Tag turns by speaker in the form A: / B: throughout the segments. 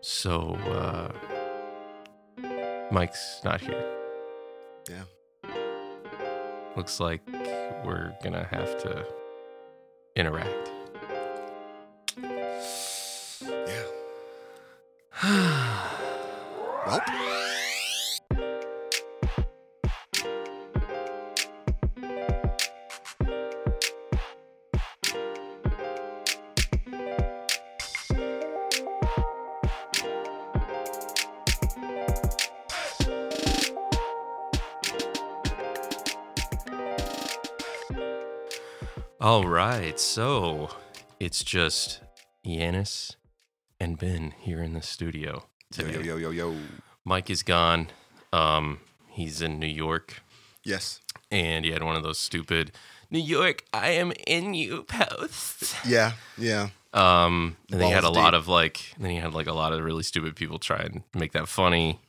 A: So uh, Mike's not here.
B: Yeah.
A: Looks like we're gonna have to interact.
B: Yeah.
A: All
B: Well,
A: right, so it's just Yanis and Ben here in the studio
B: yo,
A: today.
B: yo, yo, yo, yo.
A: Mike is gone. Um, he's in New York,
B: Yes.
A: and he had one of those stupid "New York, I am in you" posts.
B: Yeah. Yeah.
A: Um, and then he had a
B: Balls
A: lot
B: deep.
A: of like, then he had like a lot of really stupid people try and make that funny.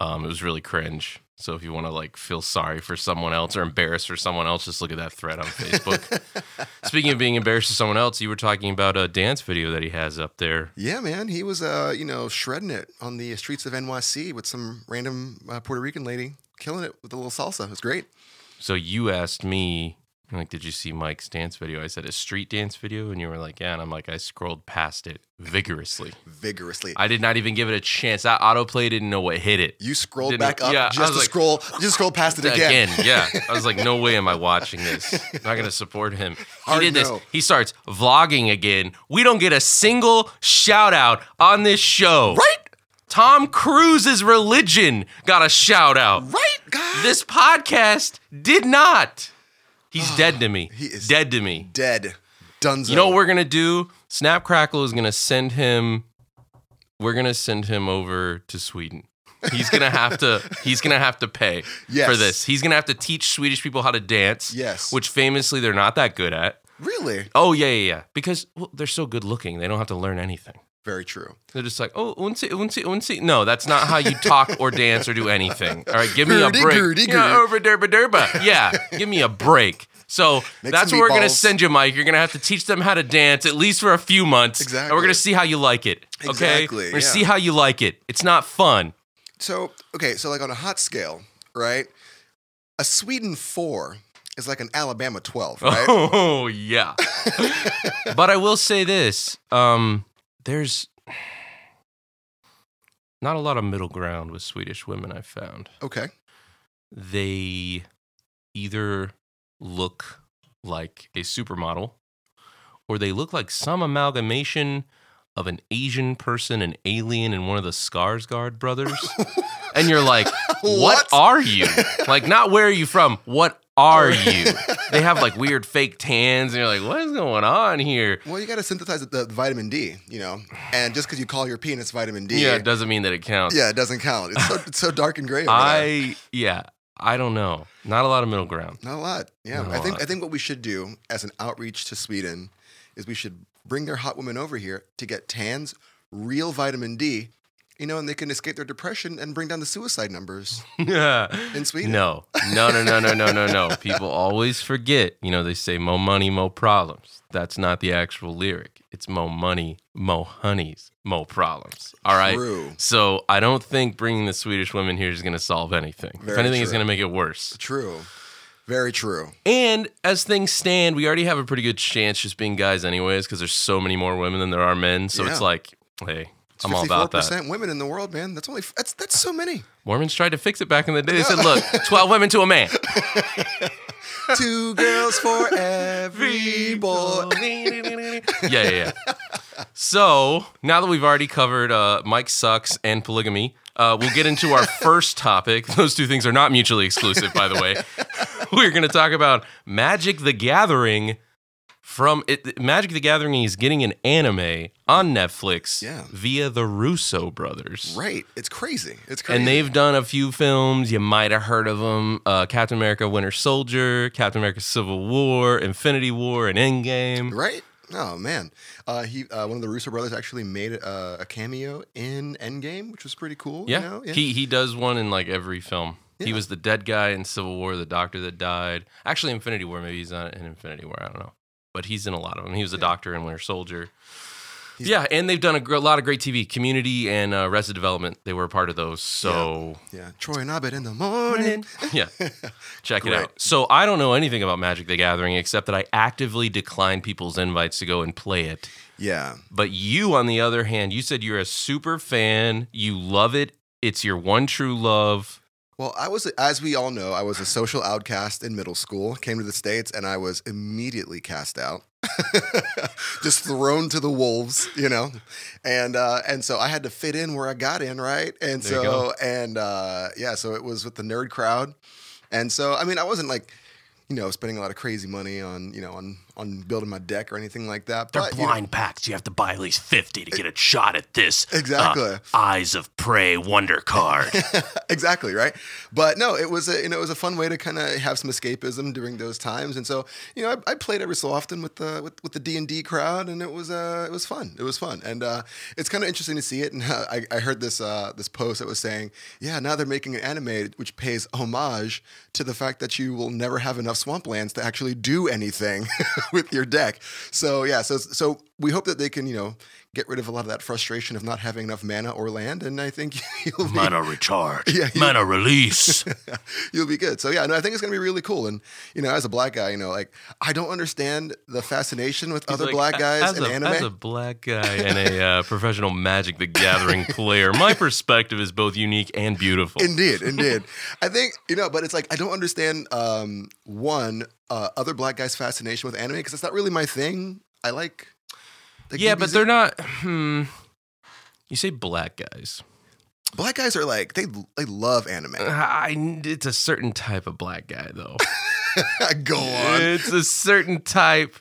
A: Um, it was really cringe. So if you want to like feel sorry for someone else or embarrassed for someone else, just look at that thread on Facebook. Speaking of being embarrassed for someone else, you were talking about a dance video that he has up there.
B: yeah, man. He was, uh, you know, shredding it on the streets of NYC with some random uh, Puerto Rican lady killing it with a little salsa. It was great.
A: So you asked me, like, did you see Mike's dance video? I said a street dance video, and you were like, yeah. And I'm like, I scrolled past it vigorously.
B: Vigorously.
A: I did not even give it a chance. I autoplayed, didn't know what hit it.
B: you scrolled
A: Didn't-
B: back up
A: yeah, I was
B: just to
A: like-
B: scroll, just scroll past it again.
A: again. Yeah. I was like, no way am I watching this. I'm not going to support him. He
B: Hard
A: did this.
B: no.
A: He starts vlogging again. We don't get a single shout out on this show.
B: Right?
A: Tom Cruise's religion got a shout out.
B: Right, God.
A: This podcast did not. He's dead to me.
B: He is
A: dead to me.
B: Dead. Dunzo.
A: You know what we're gonna do? Snapcrackle is gonna send him. We're gonna send him over to Sweden. He's gonna have to. He's gonna have to pay
B: Yes.
A: for this. He's gonna have to teach Swedish people how to dance.
B: Yes.
A: which famously they're not that good at.
B: Really?
A: Oh yeah, yeah, yeah. Because well, they're so good looking, they don't have to learn anything.
B: Very true.
A: They're just like, oh, unsi, unsi, unsi. No, that's not how you talk or dance or do anything. All right, give me a
B: Gertie,
A: break.
B: gertie,
A: Yeah,
B: gertie.
A: over derba derba. Yeah, give me a break. So
B: Make
A: that's
B: some
A: where we're gonna
B: meatballs.
A: send you, Mike. You're gonna have to teach them how to dance at least for a few months. And we're
B: Exactly.
A: gonna see how you like it. Okay.
B: Exactly,
A: We're gonna
B: yeah.
A: see how you like it. It's not fun.
B: So, okay, so like on a hot scale, right? A Sweden 4 is like an Alabama 12, right?
A: Oh yeah. but I will say this. Um, there's not a lot of middle ground with Swedish women I've found.
B: Okay.
A: they either look like a supermodel or they look like some amalgamation of an Asian person, an alien, and one of the Skarsgård brothers. and you're like, what,
B: What?
A: are you? Like, not where are you from? What are you? They have like weird fake tans, and you're like, what is going on here?
B: Well, you got to synthesize the, the vitamin D, you know, and just because you call your penis vitamin D,
A: Yeah, it doesn't mean that it counts.
B: yeah, it doesn't count. It's so, it's so dark and gray. Over there.
A: I, yeah, I don't know. Not a lot of middle ground.
B: Not a lot. Yeah,
A: Not a
B: I think
A: lot.
B: I think what we should do as an outreach to Sweden is we should bring their hot women over here to get tans, real vitamin D, you know, and they can escape their depression and bring down the suicide numbers in Sweden.
A: No, no, no, no, no, no, no, no. People always forget. You know, they say "mo money, mo problems." That's not the actual lyric. It's "mo money, mo honeys, mo problems." All right.
B: True.
A: So I don't think bringing the Swedish women here is going to solve anything. if
B: Very
A: anything, it's
B: true.
A: going to make it worse.
B: True. Very true.
A: And as things stand, we already have a pretty good chance just being guys, anyways, because there's so many more women than there are men. So it's
B: Yeah.
A: like, hey,
B: It's
A: I'm all about that.
B: 54% women in the world, man. That's only that's that's so many.
A: Mormons tried to fix it back in the day. They said, look, 12 women to a man.
B: Two girls for every boy.
A: yeah, yeah, yeah. So now that we've already covered uh, Mike sucks and polygamy, uh, we'll get into our first topic. Those two things are not mutually exclusive, by the way. We're going to talk about Magic the Gathering. From it, Magic the Gathering is getting an anime on Netflix
B: Yeah.
A: via the Russo brothers.
B: Right. It's crazy. It's crazy.
A: And they've done a few films. You might have heard of them uh, Captain America Winter Soldier, Captain America Civil War, Infinity War, and Endgame.
B: Right? Oh man, uh, he uh, one of the Russo brothers actually made uh, a cameo in Endgame, which was pretty cool.
A: Yeah.
B: you know?
A: He he does one in like every film. He was the dead guy in Civil War, the doctor that died. Actually, Infinity War, maybe he's not in Infinity War. I don't know. But he's in a lot of them. He was a doctor in Winter Soldier. yeah, and they've done a, gr- lot of great TV, Community and uh, Resident Development. They were a part of those. So
B: Yeah. Troy and Abed in the morning.
A: yeah, check it
B: Great.
A: out. So I don't know anything about Magic the Gathering except that I actively decline people's invites to go and play it.
B: Yeah.
A: But you, on the other hand, you said you're a super fan. You love it. It's your one true love.
B: Well, I was, as we all know, I was a social outcast in middle school, came to the States, and I was immediately cast out, just thrown to the wolves, you know? And, uh, and so I had to fit in where I got in, right? And
A: There you
B: so, and uh, yeah, so it was with the nerd crowd. And so, I mean, I wasn't like, you know, spending a lot of crazy money on, you know, on, on building my deck or anything like that.
C: They're
B: but, you know-
C: blind packs. You have to buy at least 50 to get a shot at this. uh,
B: Exactly.
C: Eyes of Prey Wonder Card.
B: exactly right but no it was a you know it was a fun way to kind of have some escapism during those times and so you know I, I played every so often with the with, with the d&d crowd and it was uh it was fun it was fun and uh it's kind of interesting to see it and uh, I, I heard this uh this post that was saying yeah now they're making an anime which pays homage to the fact that you will never have enough swamplands to actually do anything with your deck so yeah so so we hope that they can you know get rid of a lot of that frustration of not having enough mana or land and i think you'll be
C: Mana recharge.
B: Yeah, you-
C: Mana release.
B: you'll be good. So yeah, no, I think it's gonna be really cool. And you know, as a black guy, you know, like I don't understand the fascination with other
A: He's like,
B: black
A: "A-
B: guys
A: as
B: in
A: a,
B: anime.
A: As a black guy and a uh, professional Magic the Gathering player, my perspective is both unique and beautiful.
B: Indeed, indeed. I think you know, but it's like I don't understand um, one uh, other black guys' fascination with anime because it's not really my thing. I like. the
A: yeah, but
B: DBZ.
A: they're not. Hmm. You say black guys.
B: black guys are like they they love anime.
A: I, it's a certain type of black guy, though. Uh,
B: Go on.
A: It's a certain type.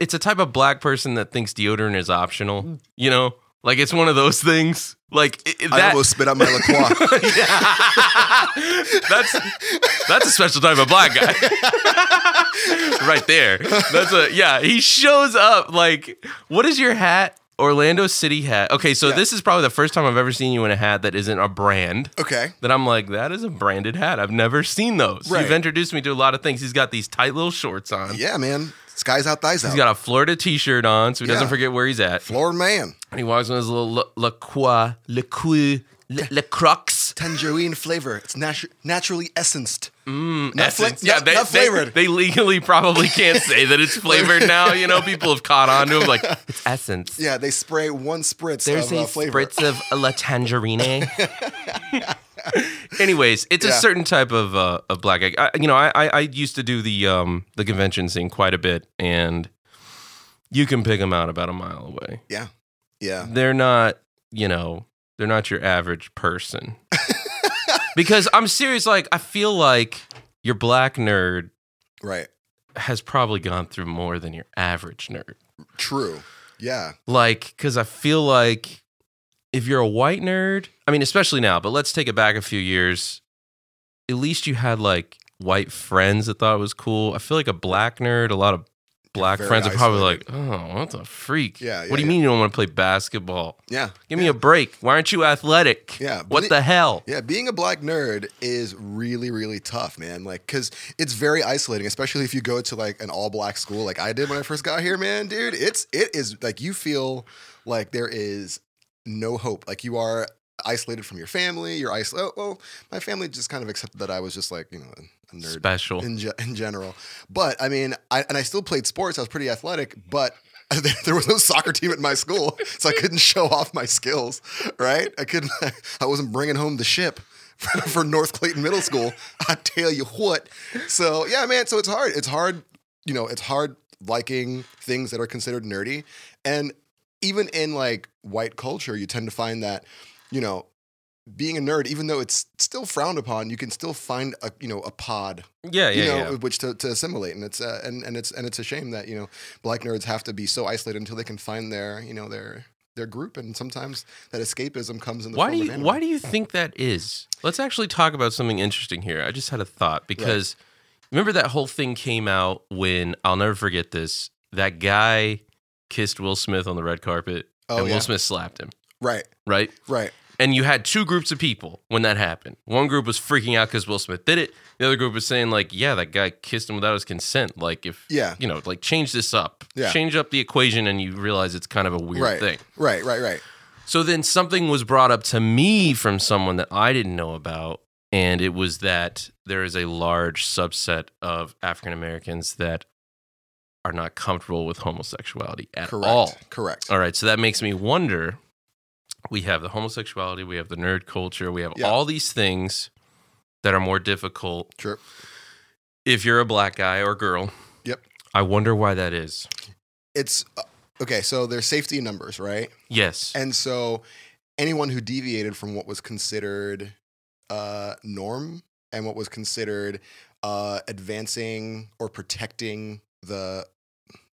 A: It's a type of black person that thinks deodorant is optional. You know, like it's one of those things. Like i- i- that.
B: I almost spit out my LaCroix.
A: that's that's a special type of black guy. right there. That's a yeah, he shows up like what is your hat? Orlando City hat. Okay, so
B: Yeah.
A: this is probably the first time I've ever seen you in a hat that isn't a brand.
B: okay.
A: That I'm like, that is a branded hat. I've never seen those.
B: Right.
A: You've introduced me to a lot of things. He's got these tight little shorts on.
B: Yeah, man. Skies out, thighs
A: He's
B: out.
A: got a Florida t-shirt on, so he doesn't
B: Yeah.
A: forget where he's at.
B: Floor man.
A: And he walks with his little La, la Croix, La Croix, La, la Croix
B: Tangerine flavor. It's natu- naturally essenced.
A: Not
B: fla- not- not flavored.
A: Mm, They, legally probably can't say that it's flavored now. You know, people have caught on to them like it's essence.
B: Yeah, they spray one spritz
A: There's
B: of
A: a
B: uh, flavor.
A: spritz of la tangerine. Anyways, it's a
B: Yeah.
A: certain type of uh, of black egg. I, you know, I, I I used to do the um the convention scene quite a bit, and you can pick them out about a mile away.
B: Yeah, yeah.
A: They're not, you know, they're not your average person. because I'm serious. Like I feel like your black nerd
B: Right.
A: has probably gone through more than your average nerd.
B: True. Yeah.
A: Like, because I feel like if you're a white nerd, I mean, especially now, but let's take it back a few years. At least you had like white friends that thought it was cool. I feel like a black nerd, a lot of black
B: Very
A: friends are probably
B: isolated.
A: like, oh, what the freak?
B: Yeah, yeah,
A: what do you
B: yeah.
A: mean you don't want to play basketball?
B: Yeah.
A: Give me a break. Why aren't you athletic?
B: Yeah,
A: What
B: but-
A: the hell?
B: Yeah, being a black nerd is really, really tough, man. Like, cause it's very isolating, especially if you go to like an all black school, like I did when I first got here, man, dude. It's it is like you feel like there is no hope. Like you are isolated from your family. You're isolated. Oh, well, my family just kind of accepted that I was just like you know a nerd.
A: Special.
B: in, ge- in general. But I mean, I, and I still played sports. I was pretty athletic, but there was no soccer team at my school, so I couldn't show off my skills. Right? I couldn't. I wasn't bringing home the ship. For, for North Clayton Middle School, I tell you what. So yeah, man. So it's hard. It's hard. You know, it's hard liking things that are considered nerdy, and even in like white culture, you tend to find that you know being a nerd, even though it's still frowned upon, you can still find a you know a pod
A: Yeah, yeah,
B: you know,
A: yeah.
B: which to, to assimilate, and it's uh, and and it's and it's a shame that you know black nerds have to be so isolated until they can find their you know their their group, and sometimes that escapism comes in the
A: why
B: form
A: do you
B: of anime.
A: why do you think that is let's actually talk about something interesting here i just had a thought because remember that whole thing came out when i'll never forget this that guy kissed will smith on the red carpet
B: Oh,
A: and
B: yeah.
A: will smith slapped him
B: right,
A: right
B: right,
A: And you had two groups of people when that happened. One group was freaking out because Will Smith did it. The other group was saying, like, yeah, that guy kissed him without his consent. Like, if,
B: Yeah.
A: you know, like change this up,
B: Yeah.
A: change up the equation, and you realize it's kind of a weird
B: right,
A: thing.
B: right, right, right.
A: So then something was brought up to me from someone that I didn't know about. And it was that there is a large subset of African Americans that are not comfortable with homosexuality at
B: Correct.
A: all.
B: Correct.
A: All right. So that makes me wonder. We have the homosexuality, we have the nerd culture, we have
B: Yeah.
A: all these things that are more difficult
B: Sure.
A: if you're a black guy or girl.
B: Yep.
A: I wonder why that is.
B: It's uh, okay. So there's safety in numbers, right?
A: Yes.
B: And so anyone who deviated from what was considered uh, norm and what was considered uh, advancing or protecting the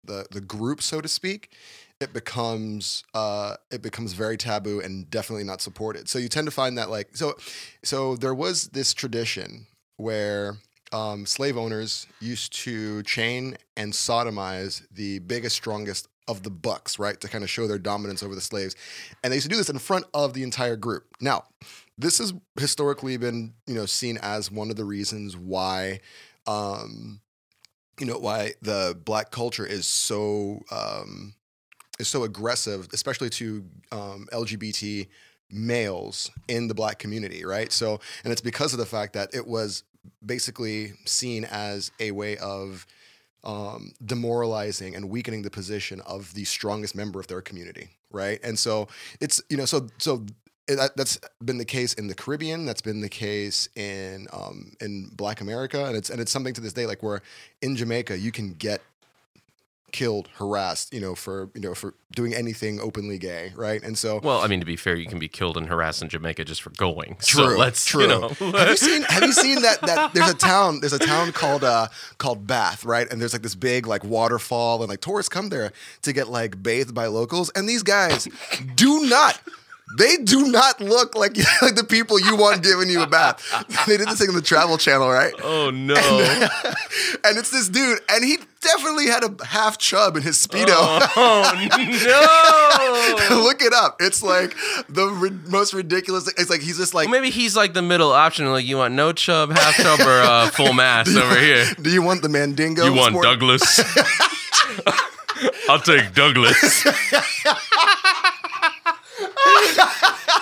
B: the the group, so to speak, it becomes uh, it becomes very taboo and definitely not supported. So you tend to find that like so so there was this tradition where um, slave owners used to chain and sodomize the biggest, strongest of the bucks, right, to kind of show their dominance over the slaves, and they used to do this in front of the entire group. Now, this has historically been, you know, seen as one of the reasons why, um, you know, why the black culture is so um, is so aggressive, especially to um, LGBT males in the black community, right? So, and it's because of the fact that it was basically seen as a way of um, demoralizing and weakening the position of the strongest member of their community, right? And so it's you know so so it- that, that's been the case in the Caribbean, that's been the case in um, in Black America, and it's and it's something to this day like where in Jamaica you can get killed, harassed, you know, for you know for doing anything openly gay, right? And so
A: well, I mean, to be fair, you can be killed and harassed in Jamaica just for going. so
B: True,
A: let's,
B: true.
A: you know.
B: have you seen have you seen that that there's a town there's a town called uh called Bath, right? And there's like this big like waterfall and like tourists come there to get like bathed by locals and these guys do not they do not look like, like the people you want giving you a bath. They did this thing on the Travel Channel, right?
A: oh, no.
B: And it's this dude, and he definitely had a half chub in his speedo.
A: oh, no.
B: look it up. It's like the ri- most ridiculous. It's like he's just like
A: Maybe he's like the middle option. Like, you want no chub, half chub, or uh, full mass over here.
B: Do you want the Mandingo?
A: You want
B: sport-
A: Douglas? I'll take Douglas.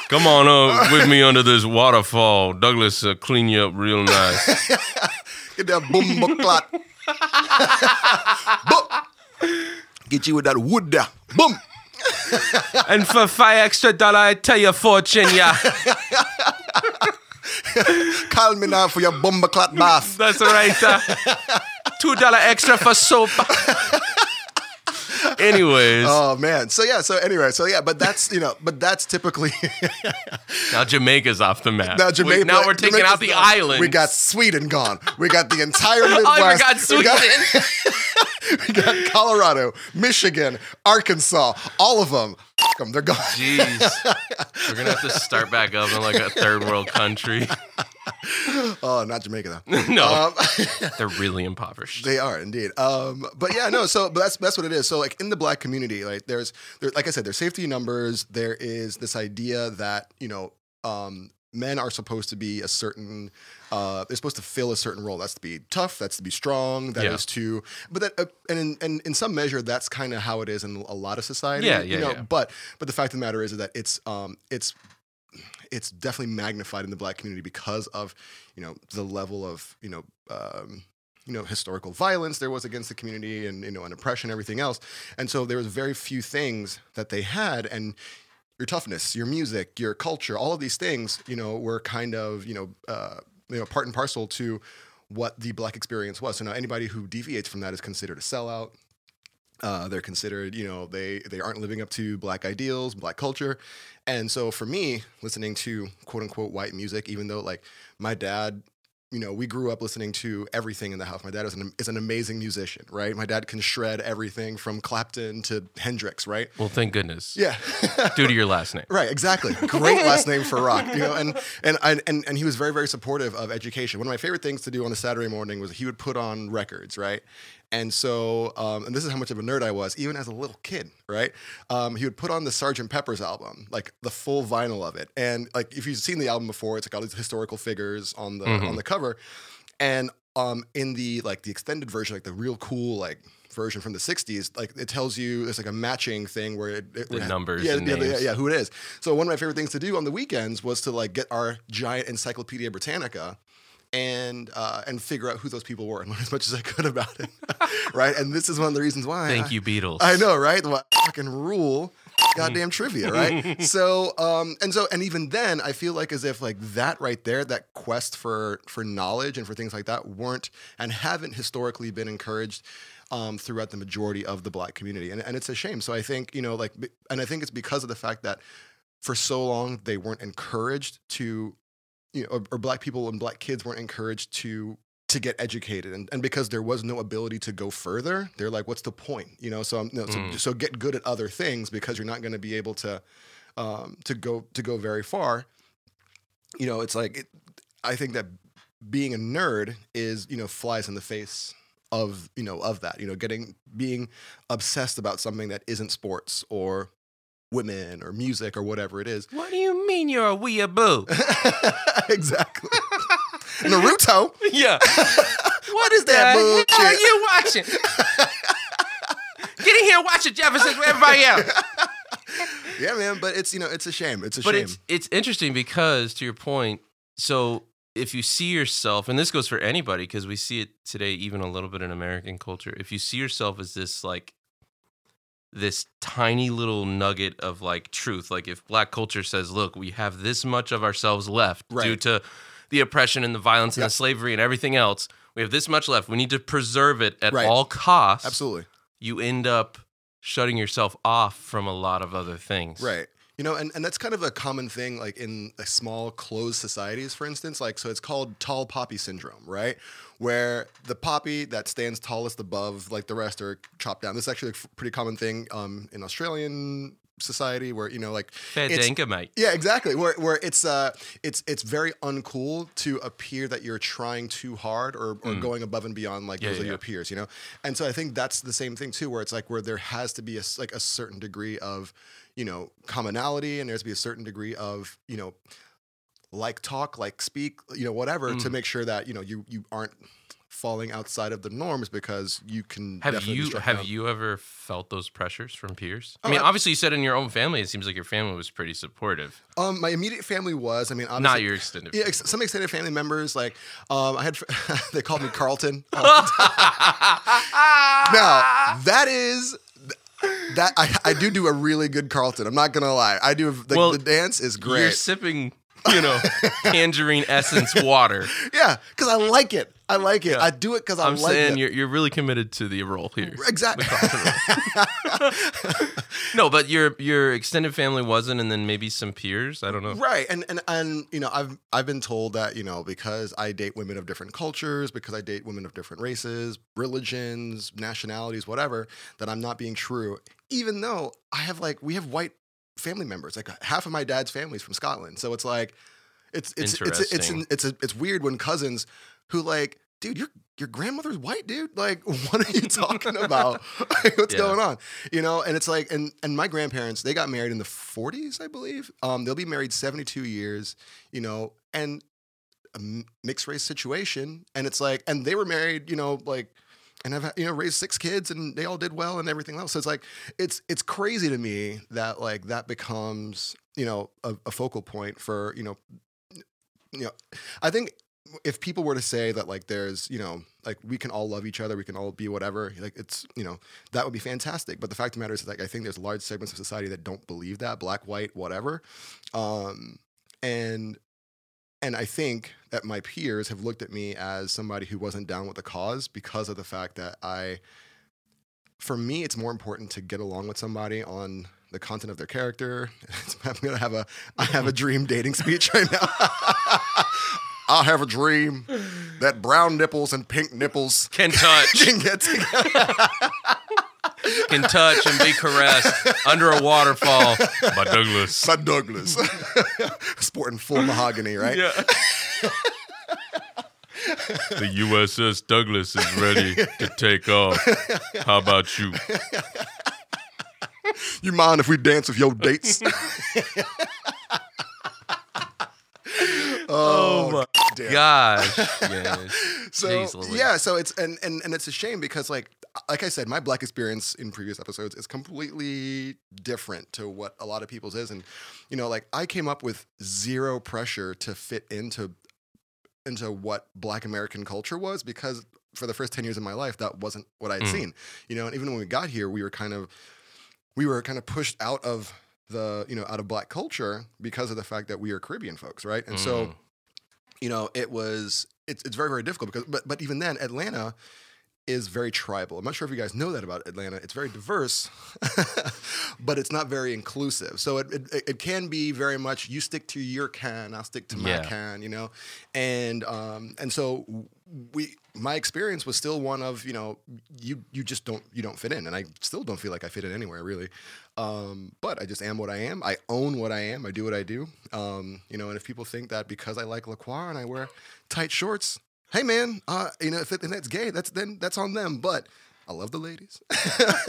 A: Come on up with me under this waterfall. Douglas will clean you up real nice.
B: Get that boom clot. boom. Get you with that wood there. Boom.
A: and for five extra dollar, I tell your fortune, yeah.
B: Call me now for your boom clot bath.
A: That's right. uh, Two dollar extra for soap. Anyways,
B: Oh man. So yeah. So anyway. So yeah. But that's you know. But that's typically
A: now Jamaica's off the map.
B: now Jamaica.
A: we, now we're taking out the
B: Jamaica's done.
A: island.
B: We got Sweden gone. We got the entire Midwest.
A: I forgot
B: We
A: Sweden.
B: got- We got, Colorado, Michigan, Arkansas. All of them. F- 'em, They're gone.
A: Jeez. We're going to have to start back up in like a third world country.
B: Oh, not Jamaica though.
A: no,
B: Um,
A: they're really impoverished.
B: They are indeed. Um, but yeah, no. So but that's that's what it is. So like in the black community, like there's there, like I said, there's safety numbers. There is this idea that you know um, men are supposed to be a certain. Uh, they're supposed to fill a certain role. That's to be tough. That's to be strong. That is
A: Yeah.
B: to. But that uh, and in, and in some measure, that's kind of how it is in a lot of society.
A: Yeah,
B: you
A: yeah,
B: know,
A: yeah.
B: But but the fact of the matter is that it's um it's it's definitely magnified in the black community because of you know the level of you know um, you know historical violence there was against the community and you know and oppression and everything else and so there was very few things that they had and your toughness your music your culture all of these things you know were kind of you know uh, you know part and parcel to what the black experience was so now anybody who deviates from that is considered a sellout uh, they're considered, you know, they they aren't living up to black ideals, black culture, and so for me, listening to quote unquote white music, even though like my dad, you know, we grew up listening to everything in the house. My dad is an is an amazing musician, right? My dad can shred everything from Clapton to Hendrix, right?
A: Well, thank goodness.
B: Yeah,
A: Due to your last name.
B: Right, exactly. Great last name for rock, you know. And and I- and and he was very very supportive of education. One of my favorite things to do on a Saturday morning was he would put on records, right? And so, um, and this is how much of a nerd I was, even as a little kid, right? Um, he would put on the Sgt. Pepper's album, like the full vinyl of it. And like, if you've seen the album before, it's like all these historical figures on the
A: Mhm.
B: on the cover. And um, in the like the extended version, like the real cool like version from the '60s, like it tells you there's like a matching thing where it, it
A: The numbers
B: yeah,
A: and
B: yeah, yeah,
A: names.
B: yeah, who it is. So one of my favorite things to do on the weekends was to like get our giant Encyclopedia Britannica and uh, and figure out who those people were and learn as much as I could about it, right? And this is one of the reasons why.
A: Thank
B: I-
A: you, Beatles.
B: I know, right? What fucking rule? Goddamn trivia, right? So, um, and so, and even then, I feel like as if like that right there, that quest for for knowledge and for things like that weren't and haven't historically been encouraged um, throughout the majority of the Black community, and and it's a shame. So I think you know, like, b- and I think it's because of the fact that for so long they weren't encouraged to, you know, or, or Black people and Black kids weren't encouraged to to get educated and, and because there was no ability to go further they're like what's the point you know so I'm, no, so,
A: Mm.
B: so get good at other things because you're not going to be able to um, to go to go very far you know it's like it, i think that being a nerd is you know flies in the face of you know of that you know getting being obsessed about something that isn't sports or women or music or whatever it is
A: What do you mean you're a weeaboo?
B: exactly naruto
A: yeah.
B: what is that bullshit
A: What are you watching? Get in here and watch the Jeffersons with everybody else.
B: Yeah, man, but it's you know it's a shame. It's a
A: but
B: shame.
A: it's it's interesting because to your point so if you see yourself and this goes for anybody because we see it today even a little bit in american culture if you see yourself as this like this tiny little nugget of like truth like if black culture says look we have this much of ourselves left due
B: Right.
A: to the oppression and the violence and
B: Yeah.
A: the slavery and everything else we have this much left we need to preserve it at
B: Right.
A: all costs
B: Absolutely
A: you end up shutting yourself off from a lot of other things
B: right. You know, and, and that's kind of a common thing, like in like, small closed societies, for instance. Like, so it's called tall poppy syndrome, right? Where the poppy that stands tallest above, like the rest, are chopped down. This is actually a pretty common thing um, in Australian society, where you know, like It's-
A: Fedinka, mate
B: Yeah, exactly. Where where it's uh it's it's very uncool to appear that you're trying too hard or, or going above and beyond like
A: Mm. Yeah,
B: those
A: yeah,
B: are
A: yeah.
B: your peers, you know. And so I think that's the same thing too, where it's like where there has to be a s- like a certain degree of you know commonality, and there has to be a certain degree of you know like talk, like speak, you know whatever to
A: Mm.
B: make sure that you know you you aren't falling outside of the norms because you can
A: Have
B: definitely be
A: you
B: struck
A: have
B: down.
A: you ever felt those pressures from peers? I
B: Oh,
A: mean,
B: I-
A: obviously, you said in your own family, it seems like your family was pretty supportive.
B: um my immediate family was I mean obviously
A: Not your extended.
B: Yeah, ex- some extended family members. Like, um, I had they called me Carlton. all the time. now that is that I, I do do a really good Carlton. I'm not gonna lie. I do the,
A: Well,
B: the dance is
A: family. you're
B: great.
A: sipping, you know, tangerine essence water.
B: yeah, because I like it. I like it.
A: Yeah.
B: I do it because I
A: I'm
B: like
A: saying
B: it.
A: you're you're really committed to the role here.
B: Exactly.
A: No, but your your extended family wasn't, and then maybe some peers. I don't know.
B: Right. And and and you know, I've I've been told that, you know, because I date women of different cultures, because I date women of different races, religions, nationalities, whatever, that I'm not being true. Even though I have like we have white family members. Like half of my dad's family's from Scotland. So it's like it's it's it's it's it's,
A: Interesting.
B: it's, a, it's weird when cousins who like Dude, your your grandmother's white, dude. Like, what are you talking about? Like, what's
A: Yeah.
B: going on? you know and it's like and and my grandparents they got married in the 40s i believe um they'll be married 72 years you know and a m- mixed race situation and it's like and they were married you know like and have you know raised six kids and they all did well and everything else so it's like it's it's crazy to me that like that becomes you know a, a focal point for you know you know i think if people were to say that like there's you know like we can all love each other we can all be whatever like it's you know that would be fantastic but the fact of the matter is like i think there's large segments of society that don't believe that black white whatever um and and i think that my peers have looked at me as somebody who wasn't down with the cause because of the fact that i for me, it's more important to get along with somebody on the content of their character. I'm gonna have a I have a dream dating speech right now. I'll have a dream that brown nipples and pink nipples
A: Can touch,
B: can get together.
A: can touch, and be caressed under a waterfall by Douglas.
B: Son Douglas, sporting full mahogany, right?
A: Yeah. The USS Douglas is ready to take off. How about you?
B: You mind if we dance with your dates? oh,
A: my
B: damn.
A: Gosh. Yes.
B: So
A: Jeez Louise.
B: yeah, so it's and, and and it's a shame because like like I said, my black experience in previous episodes is completely different to what a lot of people's is, and you know, like I came up with zero pressure to fit into into what Black American culture was because for the first ten years of my life, that wasn't what I'd
A: Mm.
B: seen, you know, and even when we got here, we were kind of we were kind of pushed out of the you know out of black culture because of the fact that we are Caribbean folks, right? And so
A: Mm.
B: you know, it was it's it's very very difficult because but but even then, Atlanta is very tribal. I'm not sure if you guys know that about Atlanta. It's very diverse, but it's not very inclusive. So it, it it can be very much you stick to your can, I'll stick to my
A: Yeah.
B: can, you know, and um and so we my experience was still one of you know you you just don't you don't fit in and i still don't feel like i fit in anywhere really um, but i just am what i am i own what i am i do what i do um, you know and if people think that because i like lacroix and i wear tight shorts hey man uh, you know if it, and that's gay that's then that's on them but i love the ladies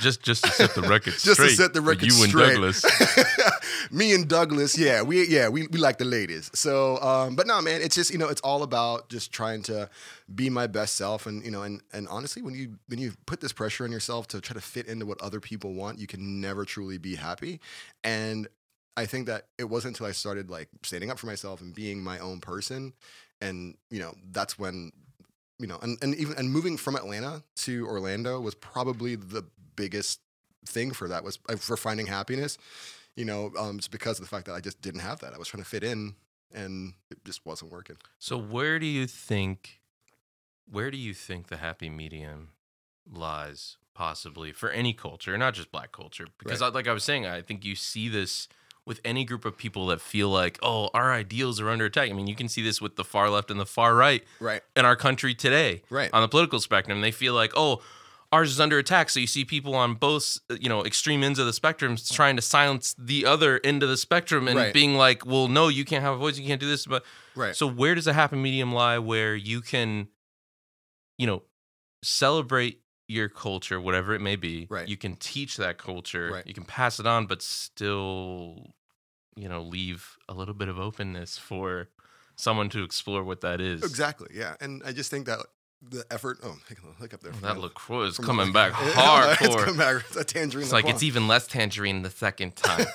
A: Just just to set the record
B: to
A: straight.
B: set the
A: for
B: record
A: you and
B: straight.
A: Douglas.
B: me and Douglas, yeah, we yeah we, we like the ladies. So, um, but no, man, it's just you know it's all about just trying to be my best self, and you know, and and honestly, when you when you put this pressure on yourself to try to fit into what other people want, you can never truly be happy, and. I think that it wasn't until I started like standing up for myself and being my own person, and you know that's when, you know, and, and even and moving from Atlanta to Orlando was probably the biggest thing for that was uh, for finding happiness you know, um, it's because of the fact that I just didn't have that. I was trying to fit in, and it just wasn't working.
A: So where do you think where do you think the happy medium lies possibly for any culture, not just black culture? Because I, like I was saying, I think you see this with any group of people that feel like, "Oh, our ideals are under attack." I mean, you can see this with the far left and the far right
B: Right,
A: in our country today
B: right,
A: on the political spectrum. They feel like, "Oh, ours is under attack." So you see people on both, you know, extreme ends of the spectrum trying to silence the other end of the spectrum and
B: Right.
A: being like, "Well, no, you can't have a voice. You can't do this." But
B: right.
A: so where does a happy medium lie where you can, you know, celebrate your culture, whatever it may be.
B: Right.
A: You can teach that culture.
B: Right.
A: You can pass it on, but still, you know, leave a little bit of openness for someone to explore what that is.
B: exactly, yeah. And I just think that the effort. Oh, take a little hiccup there.
A: Oh,
B: from
A: that
B: my-
A: LaCroix is
B: from
A: coming
B: my-
A: back
B: Yeah, it's
A: hardcore.
B: coming back. It's a tangerine.
A: It's like
B: LaCroix.
A: it's even less tangerine the second time.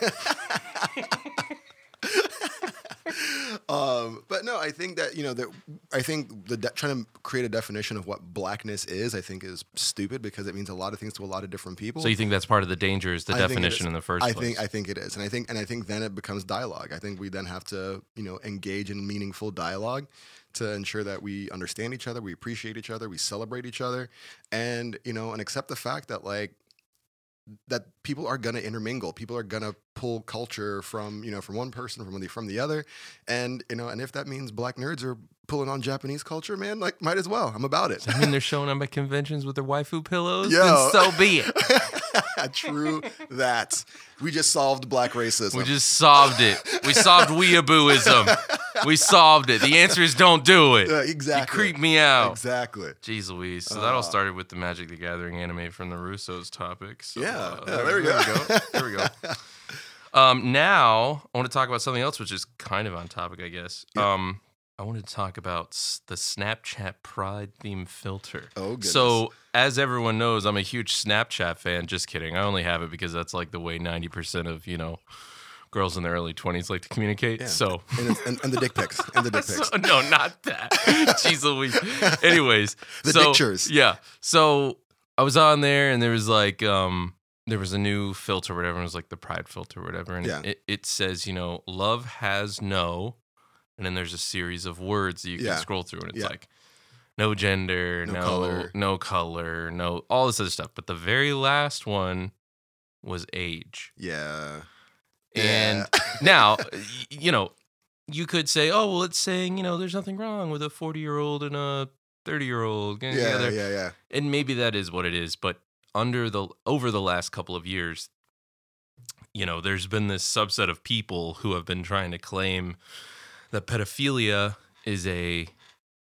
B: um, but no, I think that you know that I think the de- trying to create a definition of what blackness is, I think, is stupid because it means a lot of things to a lot of different people.
A: so you think that's part of the danger is the
B: I think it
A: definition
B: is.
A: in the first
B: I
A: place.
B: think I think it is, and I think and I think then it becomes dialogue. I think we then have to you know engage in meaningful dialogue to ensure that we understand each other, we appreciate each other, we celebrate each other, and you know and accept the fact that like that people are gonna intermingle, people are gonna pull culture from you know from one person from the from the other, and you know and if that means black nerds are pulling on Japanese culture, man, like might as well. I'm about it.
A: I mean, they're showing up at conventions with their waifu pillows.
B: Yo.
A: Then so be it.
B: True that. We just solved black racism.
A: We just solved it. We solved weeabooism. We solved it. The answer is don't do it.
B: Yeah,
A: You
B: Uh, exactly.
A: creep me out.
B: Exactly.
A: Jeez Louise. So that
B: Uh.
A: all started with the Magic the Gathering anime from the Russo's topic. So,
B: Yeah,
A: uh,
B: yeah, there we go.
A: There we go. There we go. Um, now, I want to talk about something else, which is kind of on topic, I guess.
B: Yeah.
A: Um, I want to talk about s- the Snapchat Pride theme filter.
B: Oh, goodness.
A: So, as everyone knows, I'm a huge Snapchat fan. Just kidding. I only have it because that's like the way 90% of, you know, girls in their early 20s like to communicate.
B: Yeah.
A: So,
B: and, it's- and, and the dick pics and the dick pics.
A: so- no, not that. Jeez Louise. Anyways,
B: The
A: so,
B: pictures.
A: Yeah. So I was on there, and there was like, um, there was a new filter, or whatever. and It was like the Pride filter, or whatever. And
B: Yeah.
A: it, it says, you know, love has no, and then there's a series of words that you can
B: Yeah.
A: scroll through, and it's
B: Yeah.
A: like. No gender,
B: No
A: no,
B: color.
A: no color, no all this other stuff. But the very last one was age.
B: yeah.
A: And now, y- you know, you could say, oh, well, it's saying, you know, there's nothing wrong with a 40 year old and a 30 year old
B: yeah,
A: getting
B: yeah, yeah,
A: together.
B: yeah.
A: And maybe that is what it is. But under the, over the last couple of years, you know, there's been this subset of people who have been trying to claim that pedophilia is a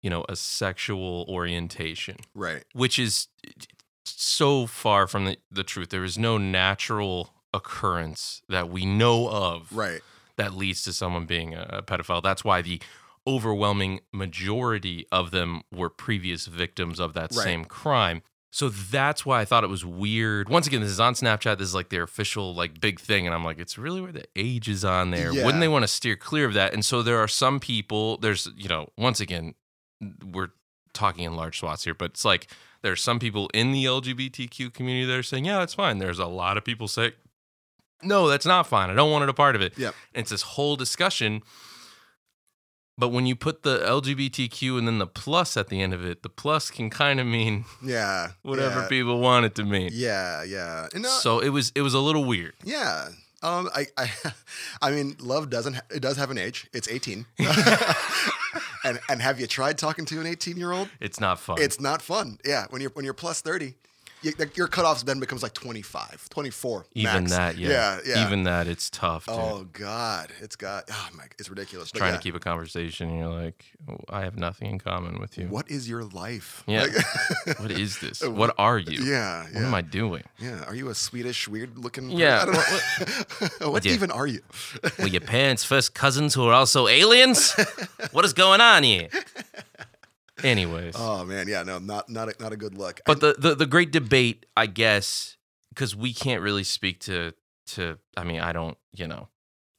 A: you know, a sexual orientation,
B: Right.
A: which is so far from the, the truth. There is no natural occurrence that we know of
B: Right.
A: that leads to someone being a a pedophile. That's why the overwhelming majority of them were previous victims of that
B: Right.
A: same crime. So that's why I thought it was weird. Once again, this is on Snapchat. This is like their official like big thing, and I'm like, it's really where the age is on there.
B: Yeah.
A: Wouldn't they want to steer clear of that? And so there are some people. There's you know, once again, we're talking in large swaths here, but it's like there are some people in the LGBTQ community that are saying, yeah, that's fine. There's a lot of people say, no, that's not fine. I don't want it a part of it.
B: Yep.
A: And it's this whole discussion. But when you put the LGBTQ and then the plus at the end of it, the plus can kind of mean
B: Yeah.
A: whatever
B: yeah.
A: people want it to mean.
B: Yeah. Yeah. And, uh,
A: So it was it was a little weird.
B: Yeah. Um, I, I, I mean, love doesn't. Ha- it does have an age. It's eighteen. and and have you tried talking to an eighteen-year-old?
A: It's not fun.
B: It's not fun. Yeah. When you're when you're plus thirty, you, like, your cutoff then becomes like 25, 24
A: even
B: max.
A: that, yeah.
B: Yeah. yeah.
A: Even that, it's tough. Dude.
B: oh God, it's got. Oh my, it's ridiculous. But
A: Trying
B: yeah.
A: to keep a conversation, and you're like, oh, I have nothing in common with you.
B: What is your life?
A: Yeah.
B: Like-
A: what is this? What are you?
B: yeah.
A: What
B: Yeah.
A: am I doing?
B: yeah. Are you a Swedish weird-looking?
A: Yeah,
B: I don't
A: what-
B: know. what
A: Yeah.
B: even are you?
A: Were your parents first cousins who are also aliens? What is going on here? Anyways.
B: Oh man, yeah, no, not not a, not a good look.
A: but the, the the great debate, I guess, because we can't really speak to to. I mean, I don't, you know,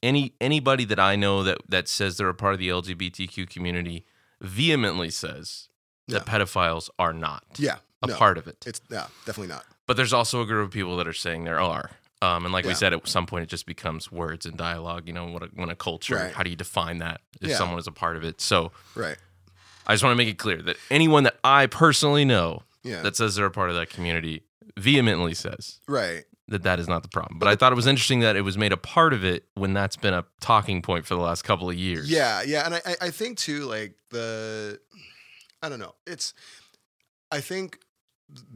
A: any anybody that I know that that says they're a part of the LGBTQ community vehemently says that pedophiles are not
B: yeah,
A: a
B: no,
A: part of it.
B: It's yeah, definitely not.
A: But there's also a group of people that are saying there are. Um, and like we
B: Yeah.
A: said, at some point it just becomes words and dialogue. You know, what a, when a culture,
B: Right.
A: how do you define that if
B: Yeah.
A: someone is a part of it? So
B: Right.
A: I just want to make it clear that anyone that I personally know
B: Yeah.
A: that says they're a part of that community vehemently says
B: right.
A: that that is not the problem. But I thought it was interesting that it was made a part of it when that's been a talking point for the last couple of years.
B: Yeah, yeah, and I I- I think too like the I don't know. It's I think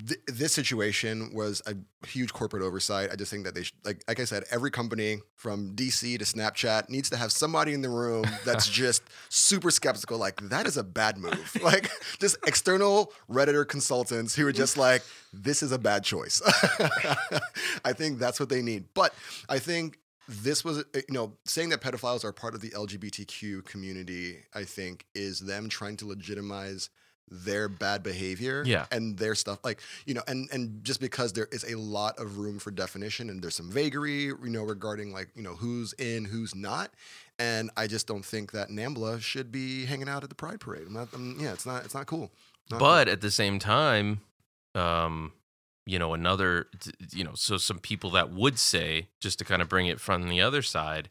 B: th- this situation was a huge corporate oversight. I just think that they should, like like I said, every company from DC to Snapchat needs to have somebody in the room that's just super skeptical. Like that is a bad move. Like just external redditor consultants who are just like this is a bad choice. I think that's what they need. But I think this was eh, you know saying that pedophiles are part of the LGBTQ community. I think is them trying to legitimize their bad behavior
A: Yeah.
B: and their stuff like you know and and just because there is a lot of room for definition and there's some vagary you know regarding like you know who's in who's not and i just don't think that nambla should be hanging out at the pride parade i'm not I'm, yeah it's not it's not cool Not cool.
A: But at the same time, um, you know, another, you know, so some people that would say, just to kind of bring it from the other side,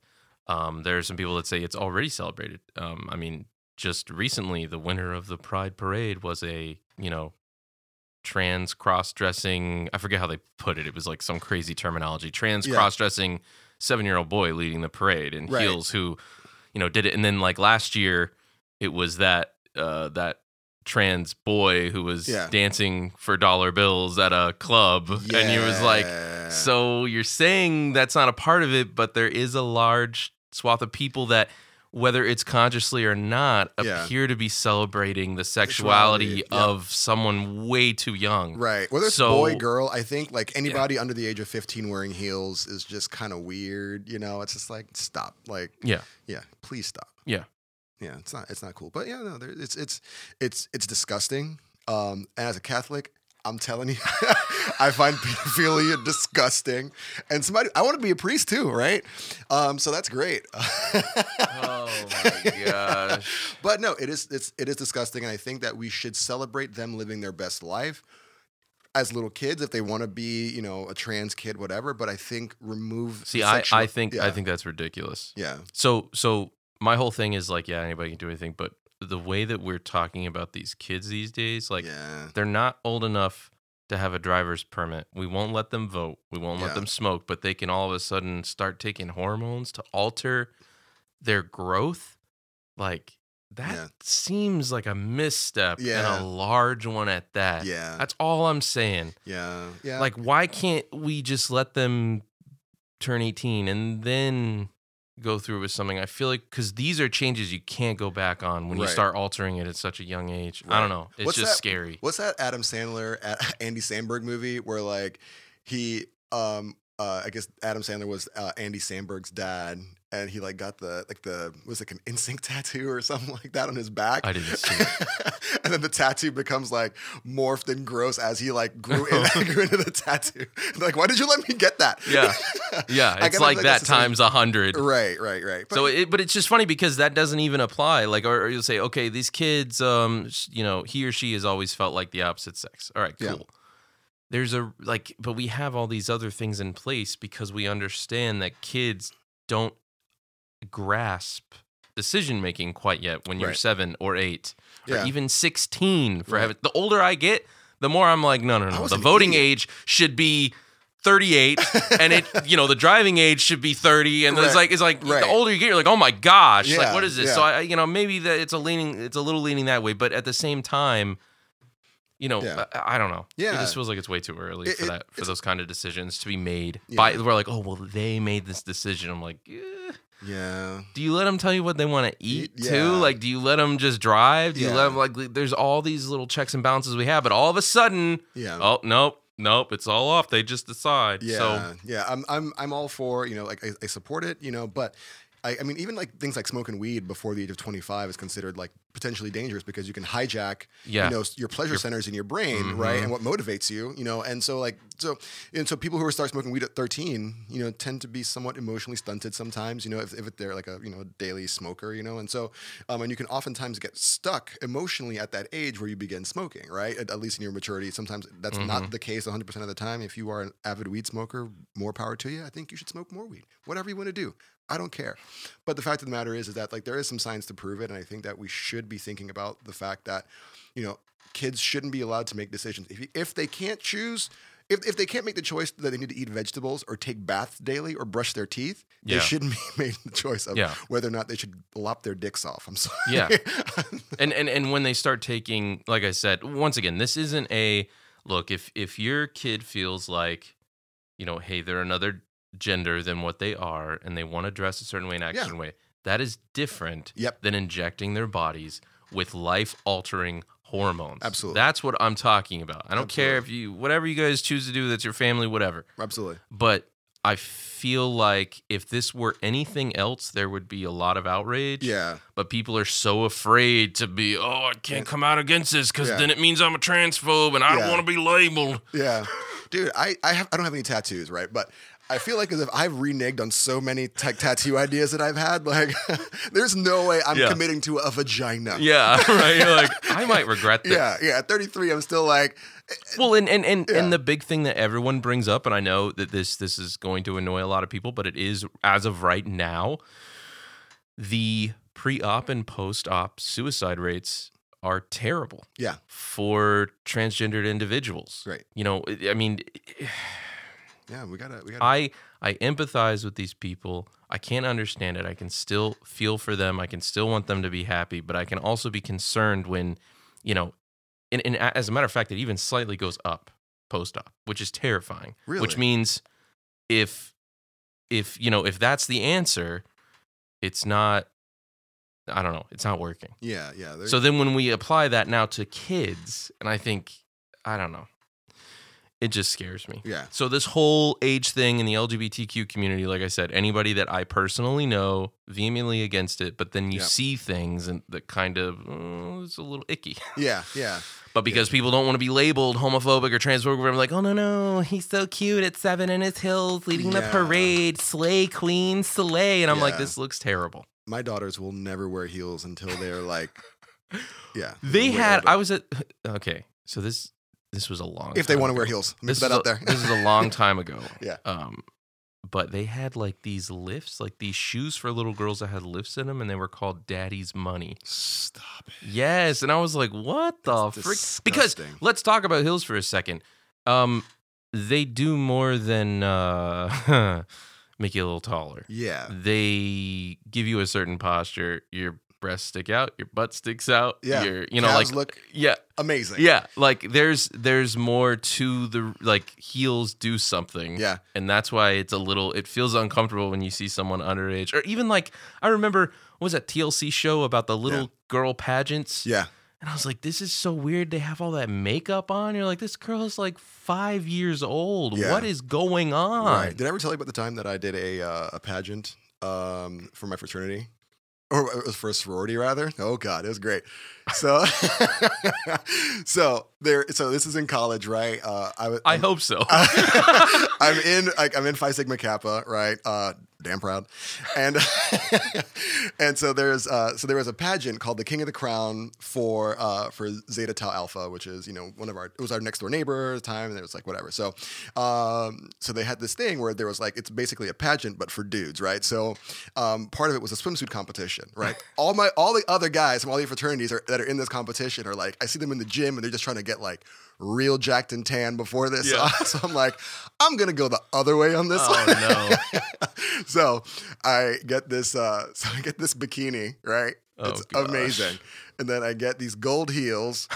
A: um, there are some people that say it's already celebrated. Um, I mean, just recently, the winner of the Pride Parade was a, you know, trans cross dressing, I forget how they put it. It was like some crazy terminology, trans
B: Yeah.
A: cross dressing seven year old boy leading the parade in
B: Right.
A: heels who, you know, did it. And then like last year, it was that, uh, that, trans boy who was
B: Yeah.
A: dancing for dollar bills at a club and you was like
B: Yeah.
A: so you're saying that's not a part of it but there is a large swath of people that whether it's consciously or not
B: Yeah.
A: appear to be celebrating the sexuality,
B: Sexuality, yeah.
A: of someone way too young
B: Right. Whether it's
A: So-
B: boy, girl, I think like anybody under the age of 15 wearing heels is just kind of weird. You know, it's just like, stop. Like,
A: Yeah.
B: Yeah. Please stop.
A: Yeah.
B: Yeah. It's not, it's not cool. But yeah, no, there, it's, it's, it's, it's disgusting. Um, and as a Catholic, I'm telling you, I find pedophilia disgusting. And somebody, I want to be a priest too, right? Um, so that's great.
A: oh my gosh
B: But no, it is it's it is disgusting, and I think that we should celebrate them living their best life as little kids if they want to be, you know, a trans kid, whatever. But I think remove.
A: see I,
B: sexual-
A: I think
B: yeah,
A: i think that's ridiculous
B: yeah,
A: So so my whole thing is like, yeah, anybody can do anything, but the way that we're talking about these kids these days, like
B: yeah,
A: they're not old enough to have a driver's permit. We won't let them vote. We won't
B: Yeah.
A: let them smoke, but they can all of a sudden start taking hormones to alter their growth. Like that
B: Yeah.
A: seems like a misstep
B: Yeah.
A: and a large one at that.
B: yeah,
A: That's all I'm saying.
B: yeah, yeah.
A: Like why can't we just let them turn 18 and then go through with something. I feel like because these are changes you can't go back on when you
B: Right.
A: start altering it at such a young age. I don't know. It's
B: What's
A: just
B: that-
A: scary.
B: What's that Adam Sandler, at Andy Sandberg movie where like he, um, uh, I guess Adam Sandler was uh, Andy Sandberg's dad, and he like got the like the was it like an insync tattoo or something like that on his back.
A: I didn't see it.
B: and then the tattoo becomes like morphed and gross as he like grew, in, grew into the tattoo. Like, why did you let me get that?
A: Yeah. Yeah,
B: I
A: it's
B: kinda
A: like
B: feel like
A: that
B: that's the same-
A: times a hundred.
B: right, right, right. But
A: So it, but it's just funny because that doesn't even apply. Like, or, or you'll say, okay, these kids, um, sh- you know, he or she has always felt like the opposite sex. All right, cool.
B: Yeah.
A: There's a like, but we have all these other things in place because we understand that kids don't grasp decision making quite yet when you're
B: Right.
A: seven or eight
B: yeah,
A: or even sixteen. For
B: Right.
A: heaven, the older I get, the more I'm like, no, no,
B: I
A: no.
B: was
A: The
B: an
A: voting
B: idiot.
A: age should be. 38 and it you know the driving age should be 30 and then it's
B: Right.
A: like it's like
B: Right.
A: the older you get you're like oh my gosh like
B: Yeah,
A: what is this
B: yeah.
A: so I you know maybe that it's a leaning it's a little leaning that way but at the same time you know
B: Yeah.
A: I, I don't know it
B: Yeah.
A: just feels like it's way too early
B: It-
A: for
B: it-
A: that for those kind of decisions to be made
B: Yeah.
A: by we're like oh well they made this decision I'm like eh.
B: yeah.
A: do you let them tell you what they want to eat
B: yeah.
A: too like do you let them just drive do you let
B: Yeah.
A: them like there's all these little checks and balances we have but all of a sudden
B: Yeah.
A: oh nope nope it's all off they just decide
B: Yeah,
A: so
B: yeah, I'm I'm I'm all for you know like I, I support it you know, but I, I mean even like things like smoking weed before the age of 25 is considered like potentially dangerous because you can hijack
A: yeah
B: you know s- your pleasure centers in your brain
A: Mhm.
B: right and what motivates you you know and so like so and so people who start smoking weed at 13 you know tend to be somewhat emotionally stunted sometimes you know if, if they're like a you know daily smoker you know and so um, and you can oftentimes get stuck emotionally at that age where you begin smoking right at, at least in your maturity sometimes that's not the case 100% of the time if you are an avid weed smoker more power to you i think you should smoke more weed whatever you want to do I don't care. But the fact of the matter is, is that like there is some science to prove it, and I think that we should be thinking about the fact that, you know, kids shouldn't be allowed to make decisions if, if they can't choose. If, if they can't make the choice that they need to eat vegetables or take baths daily or brush their teeth,
A: Yeah.
B: they shouldn't be made the choice of
A: Yeah.
B: whether or not they should lop their dicks off. I'm sorry.
A: Yeah. and and and when they start taking like i said once again this isn't a look if if your kid feels like you know hey they're another gender than what they are and they want to dress a certain way and act a
B: Yeah.
A: certain way that is different
B: Yep.
A: than injecting their bodies with life altering hormones
B: Absolutely.
A: that's what i'm talking about i don't care if you whatever you guys choose to do that's your family whatever
B: Absolutely.
A: but i feel like if this were anything else there would be a lot of outrage
B: Yeah.
A: but people are so afraid to be oh i can't come out against this because
B: Yeah.
A: then it means i'm a transphobe and i don't
B: Yeah.
A: want to be labeled
B: Yeah. Dude, I, I have I don't have any tattoos, right? But I feel like as if I've reneged on so many tech tattoo ideas that I've had, like there's no way I'm
A: Yeah.
B: committing to a vagina.
A: yeah right you're like i might regret this
B: Yeah, yeah. At 33, I'm still like,
A: well and and and,
B: Yeah.
A: and the big thing that everyone brings up and i know that this this is going to annoy a lot of people but it is as of right now the pre-op and post-op suicide rates are terrible
B: Yeah.
A: for transgendered individuals
B: Right.
A: you know i I mean
B: yeah, we gotta, we gotta.
A: I I empathize with these people. I can't understand it. I can still feel for them. I can still want them to be happy, but I can also be concerned when, you know, and, and a- as a matter of fact, it even slightly goes up post op, which is terrifying. Which
B: Really?
A: means if if you know if that's the answer, it's not. I don't know. It's not working.
B: yeah, yeah. there-
A: So then when we apply that now to kids, and I think I don't know. It just scares me.
B: yeah,
A: So this whole age thing in the LGBTQ community, like I said, anybody that I personally know vehemently against it, but then you
B: Yeah.
A: see things and that kind of oh, it's a little icky.
B: yeah, yeah.
A: But because people don't want to be labeled homophobic or transphobic, I'm like, oh no no, he's so cute at seven in his hills, leading the
B: Yeah.
A: parade, slay queen, slay, and I'm like,
B: Yeah.
A: this looks terrible.
B: My daughters will never wear heels until they're like, yeah.
A: They
B: way
A: had,
B: older.
A: I was at, okay, so this this was a long.
B: if they
A: time
B: want to
A: ago.
B: wear heels, let me
A: this
B: put that
A: is
B: out
A: a,
B: there.
A: this is a long time ago.
B: Yeah.
A: Um, but they had like these lifts, like these shoes for little girls that had lifts in them, and they were called Daddy's Money.
B: Stop it.
A: Yes, and I was like, what the
B: That's
A: frick? Because
B: disgusting.
A: let's talk about hills for a second. Um, they do more than uh, make you a little taller.
B: Yeah,
A: They give you a certain posture. Your breasts stick out, your butt sticks out.
B: Yeah.
A: your, you know,
B: Calves
A: like
B: look
A: yeah,
B: amazing.
A: yeah. Like there's there's more to the like heels do something.
B: Yeah.
A: and that's why it's a little. It feels uncomfortable when you see someone underage, or even like I remember what was that TLC show about the little
B: Yeah.
A: girl pageants.
B: Yeah.
A: And I was like, this is so weird. They have all that makeup on. You're like, this girl is like five years old.
B: Yeah.
A: What is going on?
B: Right. Did I ever tell you about the time that I did a uh, a pageant um, for my fraternity? Or it was for a sorority, rather. Oh God, it was great. So, so there. So this is in college, right? Uh, I, was-
A: I hope so. Oh,
B: I'm in like I'm in Phi Sigma Kappa, right? Uh, damn proud. And and so there's uh, so there was a pageant called the King of the Crown for uh, for Zeta Tau Alpha, which is you know one of our it was our next door neighbor at the time, and it was like whatever. So um, so they had this thing where there was like it's basically a pageant but for dudes, right? So um, part of it was a swimsuit competition, right? all my all the other guys from all the fraternities are, that are in this competition are like I see them in the gym and they're just trying to get like real jacked and tan before this. uh,
A: Yeah.
B: So I'm like, I'm gonna go the other way on this one.
A: oh
B: so I get this uh so I get this bikini, right?
A: Oh,
B: it's
A: gosh.
B: amazing. And then I get these gold heels,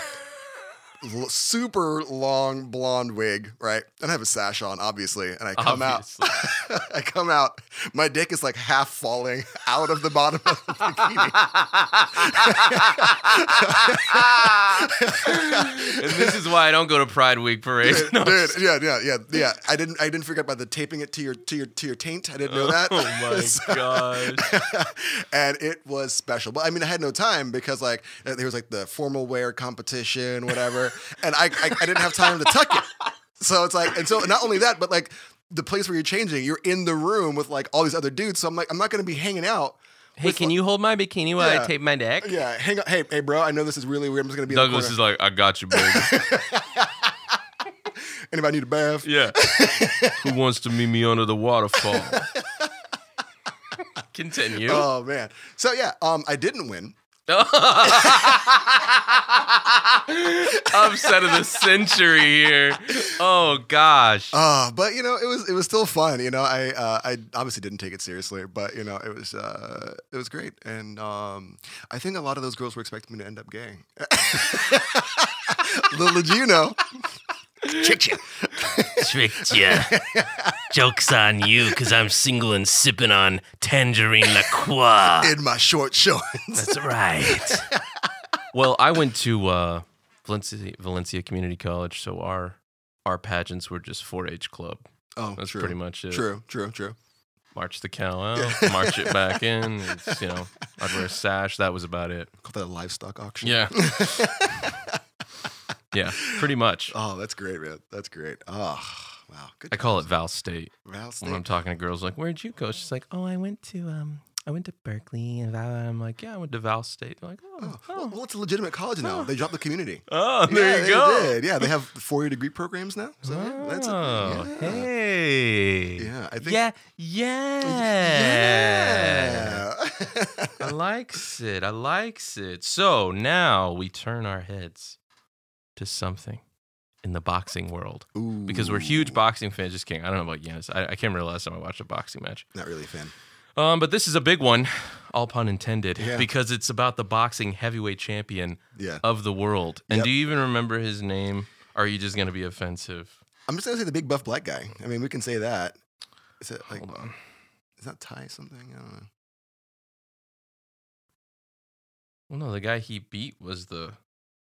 B: l- super long blonde wig, right? And I have a sash on, obviously. And I come
A: Obviously.
B: out, I come out, my dick is like half falling out of the bottom of the bikini.
A: no. and this is why I don't go to Pride Week parades. No.
B: Dude, yeah, yeah, yeah, yeah. I didn't I didn't forget about the taping it to your to your to your taint. I didn't know that.
A: Oh my gosh.
B: and it was special. But I mean, I had no time because like uh, there was like the formal wear competition, whatever, and I, I I didn't have time to tuck it. So it's like, and so not only that, but like the place where you're changing, you're in the room with like all these other dudes. So I'm like, I'm not gonna be hanging out.
A: Hey, can you hold my bikini while
B: Yeah.
A: I tape my dick?
B: Yeah, hang on. Hey, hey, bro, I know this is really weird. I'm just gonna be.
A: Douglas
B: in
A: is
B: the
A: like, I got you, baby.
B: corner. Anybody need a bath?
A: yeah. Who wants to meet me under the waterfall? Uh, Continue.
B: Oh man. So yeah, um, I didn't win.
A: Upset of the century here. Oh gosh.
B: Uh, but you know, it was it was still fun. You know, I uh, I obviously didn't take it seriously, but you know, it was uh, it was great, and um, I think a lot of those girls were expecting me to end up gay. Little did you know,
C: Tricked you. Tricked you. Joke's on you, because I'm single and sipping on Tangerine La Croix.
B: in my short shorts.
C: That's right.
A: Well, I went to uh, Valencia, Valencia Community College, so our our pageants were just 4-H club.
B: Oh,
A: That's
B: true.
A: pretty much it.
B: True, true, true.
A: March the cow out, march it back in. It's, you know, I'd wear a sash. That was about it.
B: Call that a livestock auction.
A: Yeah. yeah, pretty much.
B: Oh, that's great, man. That's great. Oh, wow. Good.
A: I call it Val State.
B: Val
A: When I'm
B: State.
A: talking to girls, like, where'd you go? She's like, oh, I went to um, I went to Berkeley and Val. I'm like, yeah, I went to Val State. They're like,
B: Oh,
A: oh,
B: well,
A: oh,
B: well, it's a legitimate college now. They dropped the community.
A: oh there
B: Yeah,
A: you
B: they
A: go.
B: did. Yeah, they have four-year degree programs now. So yeah, that's it.
A: Oh,
B: Yeah.
A: hey.
B: Yeah, I think. Oh,
A: Yeah, yeah.
B: Yeah.
A: I likes it. I likes it. So now we turn our heads to something in the boxing world because we're huge boxing fans. Just kidding. I don't know about Yanis. I, I can't remember the last time I watched a boxing match.
B: Not really a fan.
A: Um, but this is a big one, all pun intended,
B: Yeah.
A: because it's about the boxing heavyweight champion
B: Yeah.
A: of the world. And
B: Yep.
A: do you even remember his name? Or are you just gonna be offensive?
B: I'm just gonna say the big buff black guy. I mean, we can say that. Is it like
A: Hold on.
B: is that Thai something? I don't know.
A: Well, no, the guy he beat was the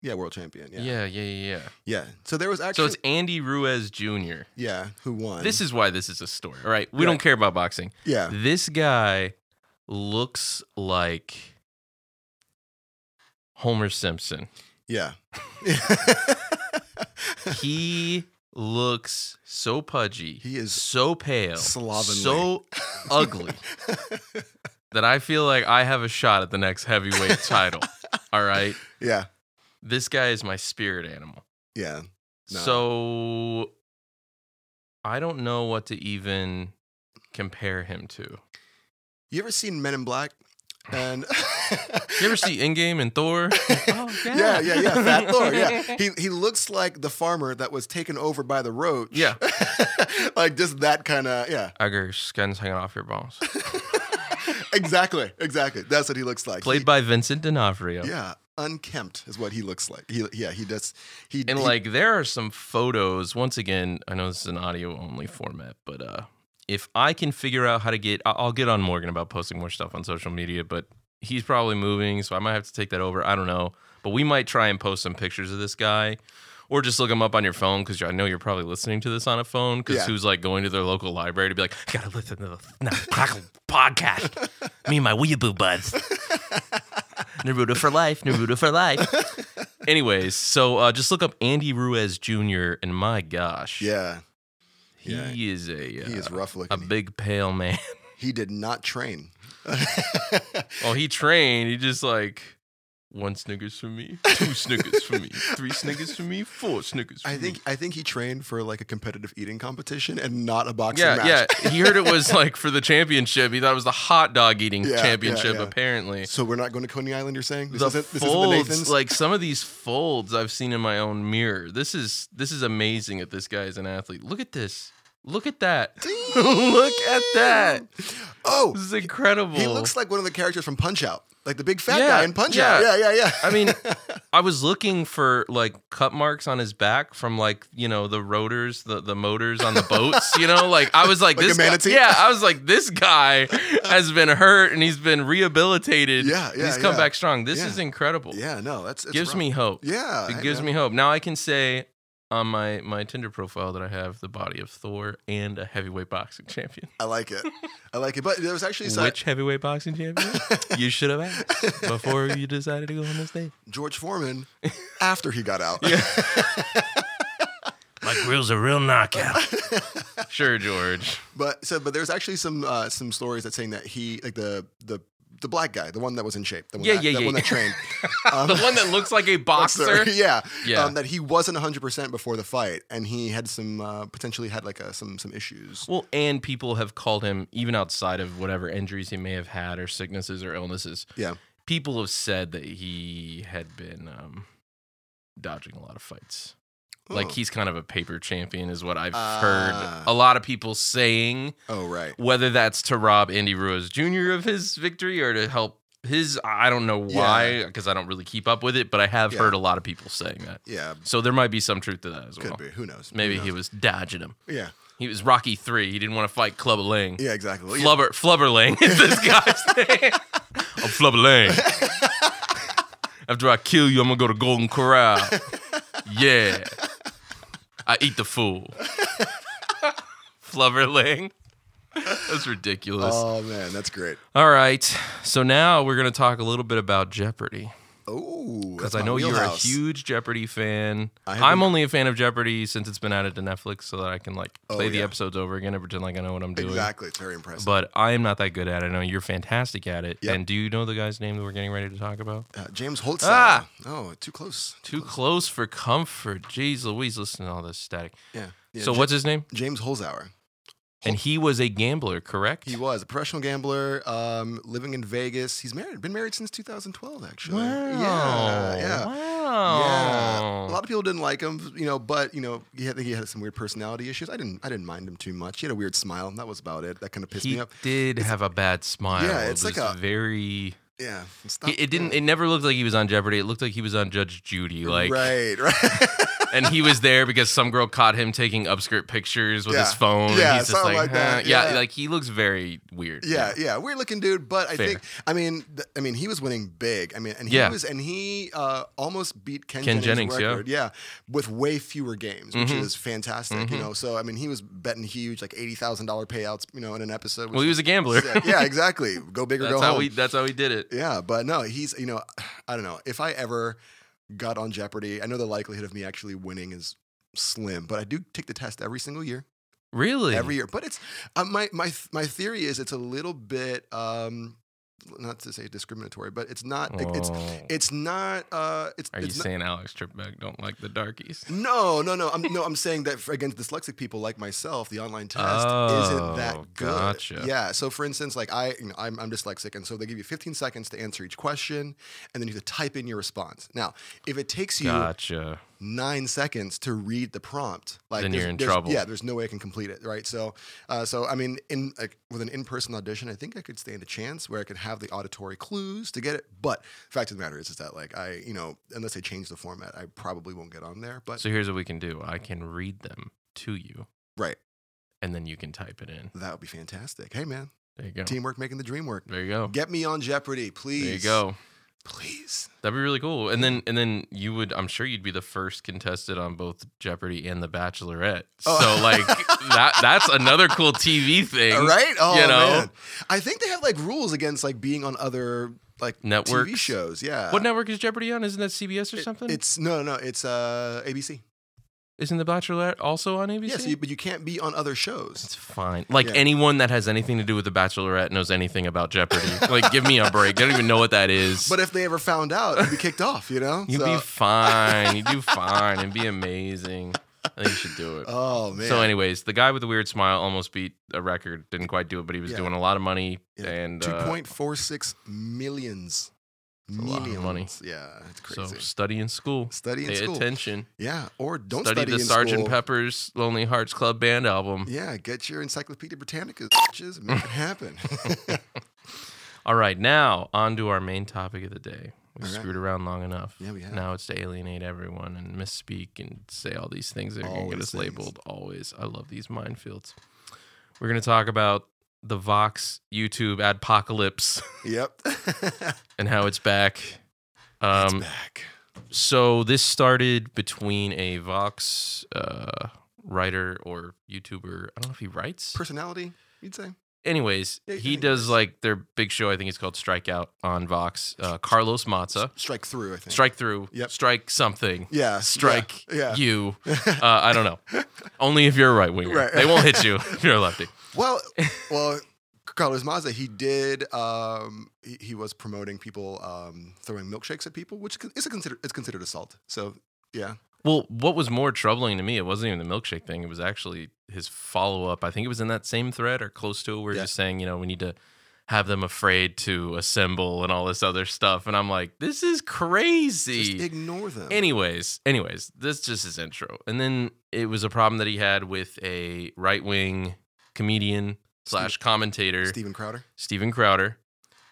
B: Yeah, world champion. Yeah.
A: yeah, yeah, yeah. yeah.
B: Yeah. So there was
A: So
B: actually
A: it's Andy Ruiz Jr.
B: yeah, who won?
A: This is why this is a story. All right. We
B: Yeah.
A: don't care about boxing.
B: yeah.
A: This guy looks like Homer Simpson.
B: Yeah.
A: He looks so pudgy.
B: He is
A: so pale,
B: slovenly.
A: so ugly that I feel like I have a shot at the next heavyweight title. All right.
B: yeah.
A: This guy is my spirit animal.
B: Yeah. No.
A: So I don't know what to even compare him to.
B: You ever seen Men in Black? And
A: You ever see Endgame and Thor? Oh,
B: yeah, yeah, yeah, Fat Thor. Yeah, he he looks like the farmer that was taken over by the roach.
A: Yeah.
B: like just that kind of yeah.
A: Edgar, skin's hanging off your bones.
B: exactly, exactly. That's what he looks like.
A: Played
B: He-
A: by Vincent D'Onofrio.
B: yeah, unkempt is what he looks like. He, yeah, he does. He
A: And
B: he-
A: like there are some photos. Once again, I know this is an audio only format, but uh if I can figure out how to get I- I'll get on Morgan about posting more stuff on social media, but he's probably moving, so I might have to take that over. I don't know. But we might try and post some pictures of this guy or just look him up on your phone because I know you're probably listening to this on a phone because
B: Yeah.
A: who's like going to their local library to be like,
C: Gotta listen to the no, crackle podcast. Me and my weeaboo buds.
A: Naruto for life, Naruto for life. Anyways, so uh, just look up Andy Ruiz Jr. and my gosh,
B: yeah,
A: he
B: yeah.
A: is a uh,
B: he is rough
A: a
B: looking.
A: big pale man.
B: he did not train.
A: Oh, he trained. He just like one Snickers for me, two Snickers for me, three Snickers for me, four Snickers for
B: I
A: me.
B: think I think he trained for like a competitive eating competition and not a boxing
A: Yeah,
B: match.
A: yeah. He heard it was like for the championship. He thought it was the hot dog eating
B: Yeah, yeah,
A: championship,
B: yeah.
A: apparently.
B: So we're not going to Coney Island. You're saying this
A: the
B: isn't this isn't the
A: folds,
B: Nathan's.
A: like some of these folds I've seen in my own mirror. This is this is amazing that this guy is an athlete. Look at this. Look at that. Look at that. This
B: oh,
A: is incredible.
B: he looks like one of the characters from Punch Out, like the big fat
A: Yeah,
B: guy in Punch Out.
A: yeah.
B: Yeah, yeah, yeah.
A: I mean, I was looking for like cut marks on his back from like you know the rotors, the the motors on the boats. You know, like I was like,
B: Like a
A: this. guy-
B: manatee?
A: yeah, I was like, this guy has been hurt and he's been rehabilitated.
B: Yeah,
A: and
B: yeah,
A: he's come
B: yeah.
A: back strong. This
B: Yeah.
A: is incredible.
B: yeah, no, that's it's
A: gives
B: rough.
A: me hope.
B: Yeah,
A: It gives me hope. Now I can say on my my Tinder profile that I have the body of Thor and a heavyweight boxing champion.
B: I like it. I like it. But there was actually so
A: Which heavyweight boxing champion? you should have asked before you decided to go on this date.
B: George Foreman after he got out.
C: My grill's a real knockout.
A: Sure, George.
B: But so, but there's actually some uh, some stories that saying that he like the the the black guy, the one that was in shape, the one
A: Yeah,
B: that,
A: yeah,
B: that
A: yeah,
B: one that
A: yeah.
B: trained.
A: the one that looks like a boxer.
B: yeah,
A: Yeah.
B: Um, that he wasn't 100 percent before the fight, and he had some uh, potentially had like uh some some issues.
A: Well, and people have called him, even outside of whatever injuries he may have had or sicknesses or illnesses,
B: Yeah,
A: people have said that he had been um, dodging a lot of fights. Like
B: Oh.
A: he's kind of a paper champion, is what I've
B: Ah.
A: heard a lot of people saying.
B: Oh right.
A: Whether that's to rob Andy Ruiz Jr. of his victory or to help his, I don't know why, because I don't really keep up with it, but I have
B: Yeah.
A: heard a lot of people saying that.
B: Yeah,
A: So there might be some truth to that as
B: could
A: well.
B: be. Who knows? Who
A: Oh. Maybe
B: knows?
A: he was dodging him.
B: Yeah.
A: He was Rocky three. He didn't want to fight Clubber Lang.
B: Yeah. Exactly. Well, yeah.
A: Flubber Flubberling is this guy's name. I'm Flubberling. After I kill you, I'm gonna go to Golden Corral. Yeah. I eat the fool. Flubberling. That's ridiculous.
B: Oh man, that's great.
A: All right. So now we're gonna talk a little bit about Jeopardy.
B: Oh,
A: Because I know you're a huge Jeopardy fan.
B: I have
A: I'm
B: been-
A: only a fan of Jeopardy since it's been added to Netflix so that I can like
B: Oh,
A: play the
B: yeah.
A: episodes over again and pretend like I know what I'm doing
B: Exactly. It's very impressive.
A: but I am not that good at it. I know you're fantastic at it.
B: Yep.
A: And do you know the guy's name that we're getting ready to talk about?
B: uh, James Holtz.
A: Ah!
B: Oh, too close.
A: Too close for comfort. Jeez Louise, listen to all this static.
B: Yeah. yeah
A: so
B: Ja-
A: what's his name?
B: James Holzhauer.
A: And he was a gambler, correct?
B: He was a professional gambler, um, living in Vegas. He's married, been married since 2012, actually.
A: Wow.
B: Yeah, yeah. Yeah.
A: Wow.
B: A lot of people didn't like him, you know, but you know, he had, I think he had some weird personality issues. I didn't, I didn't mind him too much. He had a weird smile. and That was about it. That kind of pissed
A: He
B: me up.
A: did have a bad smile.
B: Yeah,
A: It
B: it's like
A: was
B: a-
A: very.
B: Yeah, it's
A: It,
B: not-
A: it didn't. It never looked like he was on Jeopardy. It looked like he was on Judge Judy. Like,
B: right, right.
A: and he was there because some girl caught him taking upskirt pictures with
B: Yeah.
A: his phone. and
B: Yeah,
A: he's just
B: something
A: like,
B: like that.
A: huh. Yeah,
B: Yeah.
A: like he looks very weird.
B: Yeah, yeah, weird looking dude, but I
A: Fair.
B: think I mean th- I mean he was winning big. I mean, and he
A: Yeah.
B: was and he uh, almost beat Ken,
A: Ken
B: Jennings',
A: Jennings, yeah.
B: record, yeah. with way fewer games, which
A: Mhm.
B: is fantastic.
A: Mhm.
B: You know, so I mean he was betting huge, like eighty thousand dollar payouts, you know, in an episode.
A: Well, he was a gambler.
B: which is sick. yeah, exactly. Go big or
A: that's
B: go
A: how
B: home.
A: we. That's how we did it.
B: yeah, but no, he's you know, I don't know if I ever got on Jeopardy. I know the likelihood of me actually winning is slim, but I do take the test every single year
A: Really?
B: every year. But it's uh, my my th- my theory is it's a little bit um, not to say discriminatory, but it's not it's
A: Oh.
B: it's not uh, it's,
A: Are you
B: it's not,
A: saying Alex Trebek don't like the darkies?
B: no no no I'm no I'm saying that for, against dyslexic people like myself, the online test isn't
A: Oh,
B: that good.
A: gotcha.
B: Yeah. So for instance, like I you know, I'm, I'm dyslexic, and so they give you 15 seconds to answer each question, and then you have to type in your response. Now, if it takes you
A: Gotcha.
B: nine seconds to read the prompt, like
A: Then you're
B: there's-
A: in
B: there's-
A: trouble.
B: Yeah, there's no way I can complete it, right? So, uh, so I mean, in like, with an in-person audition, I think I could stand a chance where I could have the auditory clues to get it. But fact of the matter is, is that like I, you know, unless they change the format, I probably won't get on there. But
A: So here's what we can do. I can read them to you,
B: right,
A: and then you can type it in.
B: that would be fantastic. Hey, man,
A: There you go.
B: teamwork making the dream work.
A: There you go.
B: Get me on Jeopardy, please.
A: There you go.
B: please.
A: That'd be really cool. And then and then you would I'm sure you'd be the first contestant on both Jeopardy and The Bachelorette.
B: Oh.
A: So like that that's another cool TV thing.
B: Right? Oh,
A: you know?
B: man. I think they have like rules against like being on other like TV
A: Networks.
B: shows. Yeah.
A: What network is Jeopardy on? Isn't that CBS or
B: It-
A: something?
B: It's no, no, it's uh, ABC.
A: Isn't The Bachelorette also on ABC?
B: Yes, you, but you can't be on other shows.
A: It's fine. Like
B: Yeah.
A: anyone that has anything to do with The Bachelorette knows anything about Jeopardy. like, give me a break. They don't even know what that is.
B: But if they ever found out, you'd be kicked off. You know.
A: You'd be fine. You'd do fine and be amazing. I think you should do it.
B: oh man.
A: so, anyways, the guy with the weird smile almost beat a record. Didn't quite do it, but he was
B: Yeah.
A: doing a lot of money
B: Yeah,
A: and
B: two
A: uh,
B: point four six millions.
A: a lot of money.
B: Millions. Yeah, it's
A: uh, So
B: crazy.
A: study in school.
B: study in
A: Pay
B: school.
A: attention.
B: Yeah, or don't
A: study,
B: study,
A: the
B: in
A: Sergeant
B: school.
A: Pepper's Lonely Hearts Club Band album.
B: Yeah, get your Encyclopedia Britannica bitches and make it happen.
A: All right, now on to our main topic of the day. We've
B: All right.
A: screwed around long enough.
B: yeah, we have.
A: Now it's to alienate everyone and misspeak and say all these things that are going to
B: Always
A: get us
B: things.
A: labeled. Always. I love these minefields. We're going to talk about the Vox YouTube adpocalypse
B: Yep.
A: and how it's back.
B: it's
A: Um,
B: back.
A: so this started between a Vox uh, writer or YouTuber. I don't know if he writes.
B: Personality, you'd say.
A: Anyways,
B: Yeah, I
A: he
B: think
A: does
B: that's-
A: like their big show. I think it's called Strikeout on Vox. Uh, Carlos Mazza.
B: Strike through, I think.
A: Strike through.
B: Yep.
A: Strike something.
B: Yeah.
A: Strike
B: Yeah. yeah.
A: you. Uh, I don't know. Only if you're a right winger.
B: Right.
A: They won't hit you if you're a lefty.
B: Well, well, Carlos Mazza, he did. Um, he, he was promoting people um, throwing milkshakes at people, which is a considered it's considered assault. So yeah,
A: Well, what was more troubling to me, it wasn't even the milkshake thing. It was actually his follow up. I think it was in that same thread or close to it, where
B: Yeah.
A: you're saying, you know, we need to have them afraid to assemble and all this other stuff. And I'm like, this is crazy.
B: just ignore them.
A: Anyways, anyways, this just his intro, and then it was a problem that he had with a right wing comedian slash commentator,
B: Steven Crowder.
A: Steven Crowder,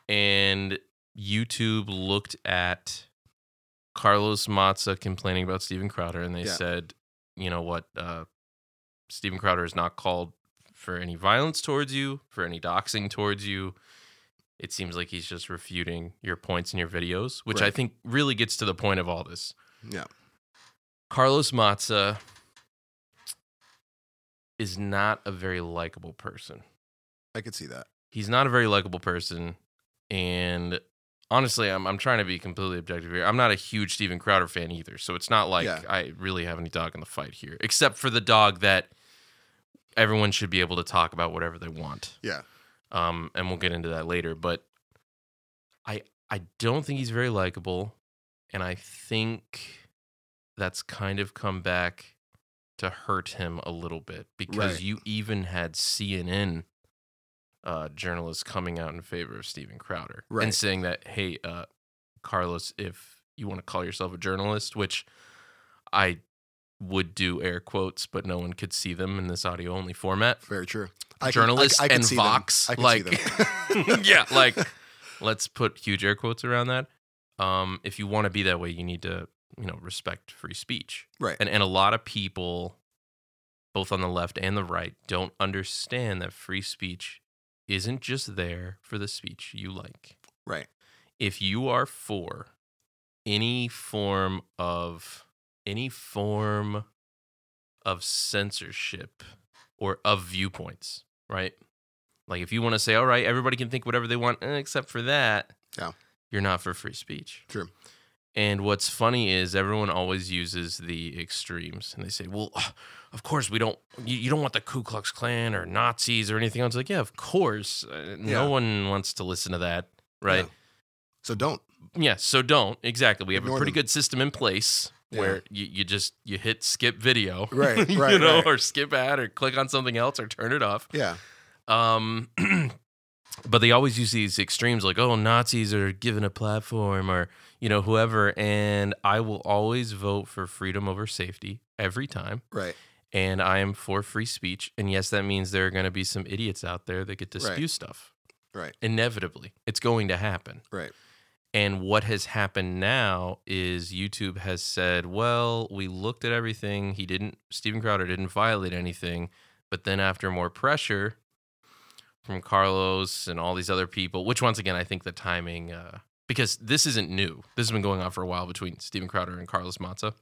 A: and YouTube looked at Carlos Matza complaining about Steven Crowder, and they
B: Yeah.
A: said, you know what, uh, Steven Crowder is not called for any violence towards you, for any doxing towards you. It seems like he's just refuting your points in your videos, which I
B: Right.
A: think really gets to the point of all this.
B: Yeah.
A: Carlos Matza is not a very likable person.
B: I could see that.
A: He's not a very likable person. And honestly, I'm, I'm trying to be completely objective here. I'm not a huge Steven Crowder fan either. So it's not like
B: Yeah.
A: I really have any dog in the fight here, except for the dog that everyone should be able to talk about whatever they want.
B: Yeah.
A: Um, and we'll get into that later. But I I don't think he's very likable. And I think that's kind of come back to hurt him a little bit because
B: Right.
A: you even had CNN uh, journalists coming out in favor of Steven Crowder
B: Right.
A: and saying that, hey, uh, Carlos, if you want to call yourself a journalist, which I would do air quotes, but no one could see them in this audio only format.
B: Very true.
A: Journalists
B: could
A: and
B: see them.
A: Vox,
B: I could
A: like-
B: see them.
A: yeah, like let's put huge air quotes around that. Um, if you want to be that way, you need to, you know, respect free speech.
B: Right.
A: And and a lot of people, both on the left and the right, don't understand that free speech isn't just there for the speech you like.
B: Right.
A: If you are for any form of any form of censorship or of viewpoints, right? Like if you want to say, all right, everybody can think whatever they want eh, except for that,
B: Yeah.
A: you're not for free speech.
B: True.
A: And what's funny is everyone always uses the extremes and they say, well, ah, of course we don't, you, you don't want the Ku Klux Klan or Nazis or anything else. Like, yeah, of course. Uh,
B: Yeah.
A: No one wants to listen to that, right?
B: so don't.
A: Yeah, so don't. Exactly. We have a
B: Ignore
A: pretty
B: them.
A: good system in place
B: Yeah.
A: where you, you just, you hit skip video,
B: Right,
A: you
B: right,
A: know,
B: right.
A: or skip ad or click on something else or turn it off.
B: Yeah.
A: Um, but they always use these extremes like oh nazis are given a platform or you know whoever and i will always vote for freedom over safety every time
B: Right.
A: and i am for free speech and yes that means there are going to be some idiots out there that get to
B: Right.
A: spew stuff
B: Right.
A: inevitably it's going to happen
B: Right.
A: and what has happened now is YouTube has said, well, we looked at everything. He didn't, Steven Crowder didn't violate anything. But then after more pressure from Carlos and all these other people, which once again, I think the timing, uh, because this isn't new. This has been going on for a while between Steven Crowder and Carlos Mazza.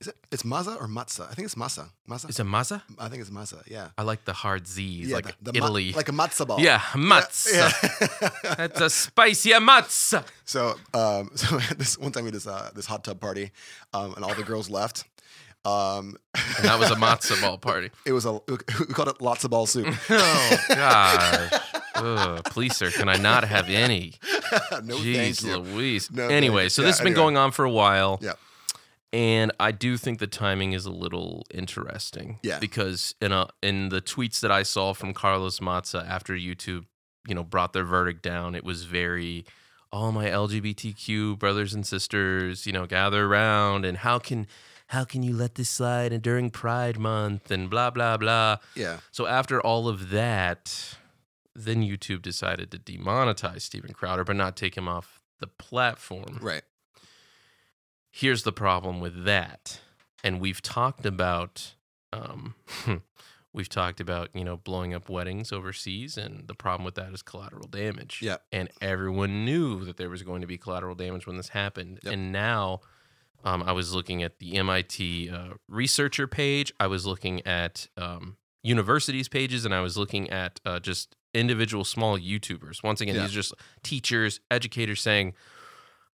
B: Is it? It's Maza or Matza? I think it's Masa. Maza.
A: Is it Mazza?
B: I think it's Maza. Yeah.
A: I like the hard Z's,
B: yeah,
A: like
B: the- the ma-
A: Italy.
B: like a matzo ball.
A: yeah, Mazza.
B: Yeah.
A: That's a spicy Mazza.
B: So, um, so this one time we had this uh, this hot tub party, um, and all the girls left. Um,
A: And that was a matzo ball party.
B: it was a we called it lots of ball soup.
A: Oh gosh. Ugh, please, sir, can I not have any?
B: no,
A: Jeez
B: thank you.
A: Louise.
B: No,
A: anyway,
B: thank
A: so this
B: you. Yeah,
A: has been
B: anyway.
A: going on for a while.
B: Yeah.
A: And I do think the timing is a little interesting.
B: Yeah.
A: Because in a in the tweets that I saw from Carlos Matza after YouTube, you know, brought their verdict down, it was very all my LGBTQ brothers and sisters, you know, gather around and how can how can you let this slide and during Pride Month and blah blah blah.
B: Yeah.
A: So after all of that, then YouTube decided to demonetize Steven Crowder, but not take him off the platform.
B: Right.
A: Here's the problem with that, and we've talked about, um, we've talked about you know blowing up weddings overseas, and the problem with that is collateral damage.
B: Yeah.
A: and everyone knew that there was going to be collateral damage when this happened,
B: Yep.
A: and now. Um, I was looking at the MIT uh, researcher page. I was looking at um, universities pages, and I was looking at uh, just individual small YouTubers. Once again,
B: Yeah.
A: these are just teachers, educators saying,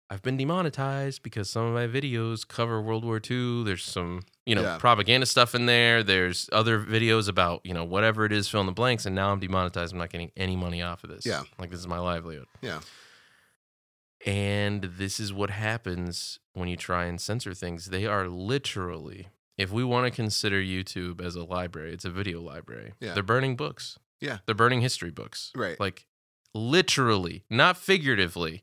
A: "I've been demonetized because some of my videos cover World War II. There's some, you know,
B: Yeah.
A: propaganda stuff in there. There's other videos about, you know, whatever it is, fill in the blanks. And now I'm demonetized. I'm not getting any money off of this.
B: Yeah.
A: like this is my livelihood.
B: Yeah.
A: And this is what happens when you try and censor things. They are literally, if we want to consider YouTube as a library, it's a video library.
B: Yeah.
A: They're burning books.
B: Yeah.
A: They're burning history books.
B: Right.
A: Like literally, not figuratively,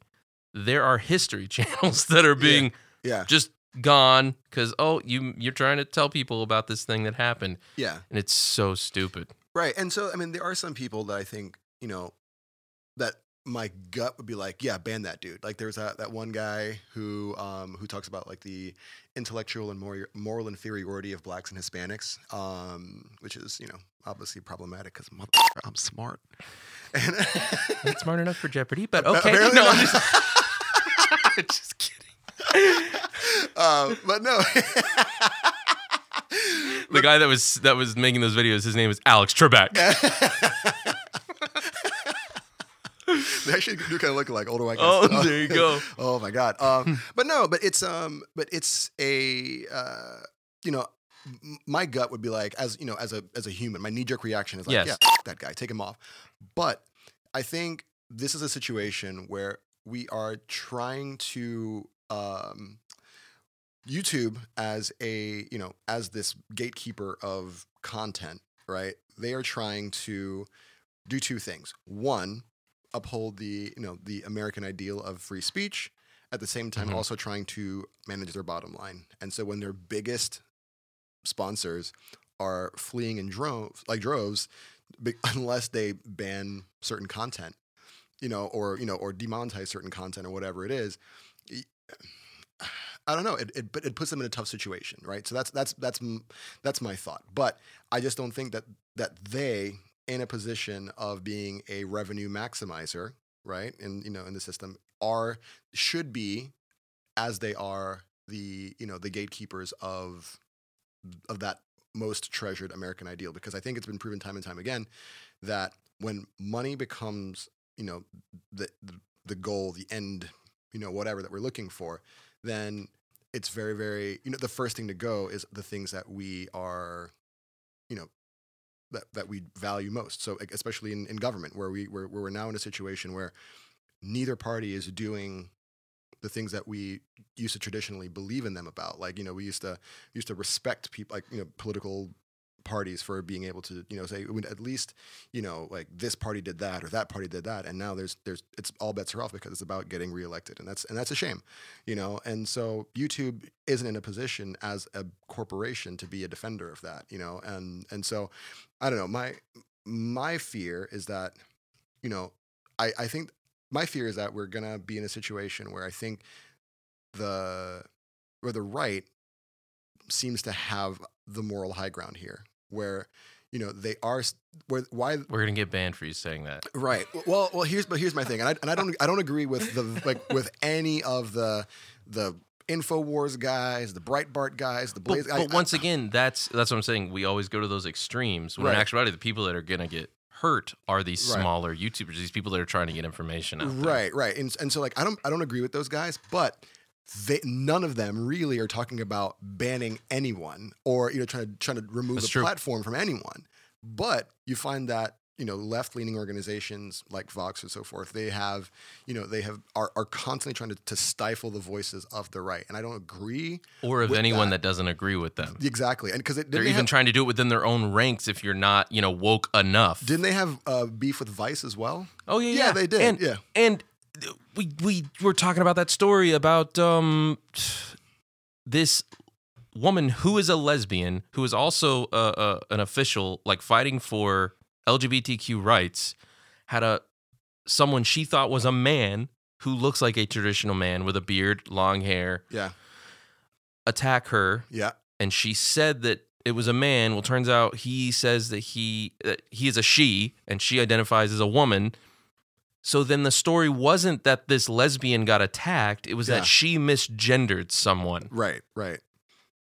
A: there are history channels that are being
B: yeah.
A: just gone because oh, you you're trying to tell people about this thing that happened,
B: Yeah.
A: and it's so stupid.
B: Right. And so, I mean, there are some people that I think, you know, that my gut would be like, yeah, ban that dude. Like there's that, that one guy who, um, who talks about like the intellectual and moral, moral inferiority of blacks and Hispanics, um, which is, you know, obviously problematic because I'm smart. And
A: Not smart enough for Jeopardy, but
B: Appa-
A: okay.
B: apparently
A: No, I'm
B: not.
A: just, I'm just kidding.
B: um, but no,
A: The guy that was that was making those videos, his name is Alex Trebek.
B: they actually do kind of look like older white guys.
A: Oh, there you go.
B: oh my god. Um, but no, but it's um, but it's a uh, you know, m- my gut would be like as you know as a as a human, my knee jerk reaction is like,
A: Yes.
B: yeah, f- that guy, take him off. But I think this is a situation where we are trying to um, YouTube as a you know as this gatekeeper of content, right? They are trying to do two things. One, uphold the you know the American ideal of free speech, at the same time
A: Mhm.
B: also trying to manage their bottom line. And so when their biggest sponsors are fleeing in droves, like droves, be- unless they ban certain content, you know, or you know, or demonetize certain content or whatever it is. y- I don't know. It, it but it puts them in a tough situation, right? So that's that's that's m- that's my thought. But I just don't think that that they in a position of being a revenue maximizer, right? And you know, in the system are should be as they are the you know the gatekeepers of of that most treasured American ideal because I think it's been proven time and time again that when money becomes you know the the- the goal the end you know whatever that we're looking for then it's very very you know the first thing to go is the things that we are you know that that we value most so like, especially in, in government where we where, where we're now in a situation where neither party is doing the things that we used to traditionally believe in them about like you know we used to used to respect people like you know political parties for being able to, you know, say I mean, at least, you know, like this party did that or that party did that, and now there's there's it's all bets are off because it's about getting reelected, and that's and that's a shame, you know. And so YouTube isn't in a position as a corporation to be a defender of that, you know, and and so I don't know. My my fear is that, you know, I I think my fear is that we're gonna be in a situation where I think the or the right seems to have the moral high ground here, where you know they are where why
A: We're gonna get banned for you saying that.
B: right well well here's but here's my thing and I and I don't I don't agree with the like with any of the the Infowars guys, the Breitbart guys, the
A: But,
B: Blaze. I-
A: but
B: I-
A: once again, that's that's what I'm saying. We always go to those extremes when
B: Right.
A: in actuality, the people that are gonna get hurt are these
B: Right.
A: smaller YouTubers, these people that are trying to get information out. there.
B: right right and, and so like i don't i don't agree with those guys but they, none of them really are talking about banning anyone or you know trying to trying to remove
A: That's
B: the
A: true.
B: platform from anyone but you find that you know left-leaning organizations like vox and so forth they have you know they have are, are constantly trying to, to stifle the voices of the right and i don't agree
A: Or of
B: With
A: anyone that. doesn't agree with them.
B: exactly and because it
A: They're
B: didn't they
A: even
B: have-
A: trying to do it within their own ranks if you're not, you know, woke enough.
B: didn't they have uh, beef with vice as well
A: oh yeah,
B: Yeah, they did,
A: And,
B: yeah.
A: and we we were talking about that story about um this woman who is a lesbian who is also uh, uh, an official like fighting for LGBTQ rights had a someone she thought was a man who looks like a traditional man with a beard, long hair,
B: yeah
A: attack her
B: yeah
A: and she said that it was a man. Well, turns out he says that he that he is a she, and she identifies as a woman. So then the story wasn't that this lesbian got attacked; it was
B: Yeah.
A: that she misgendered someone.
B: right right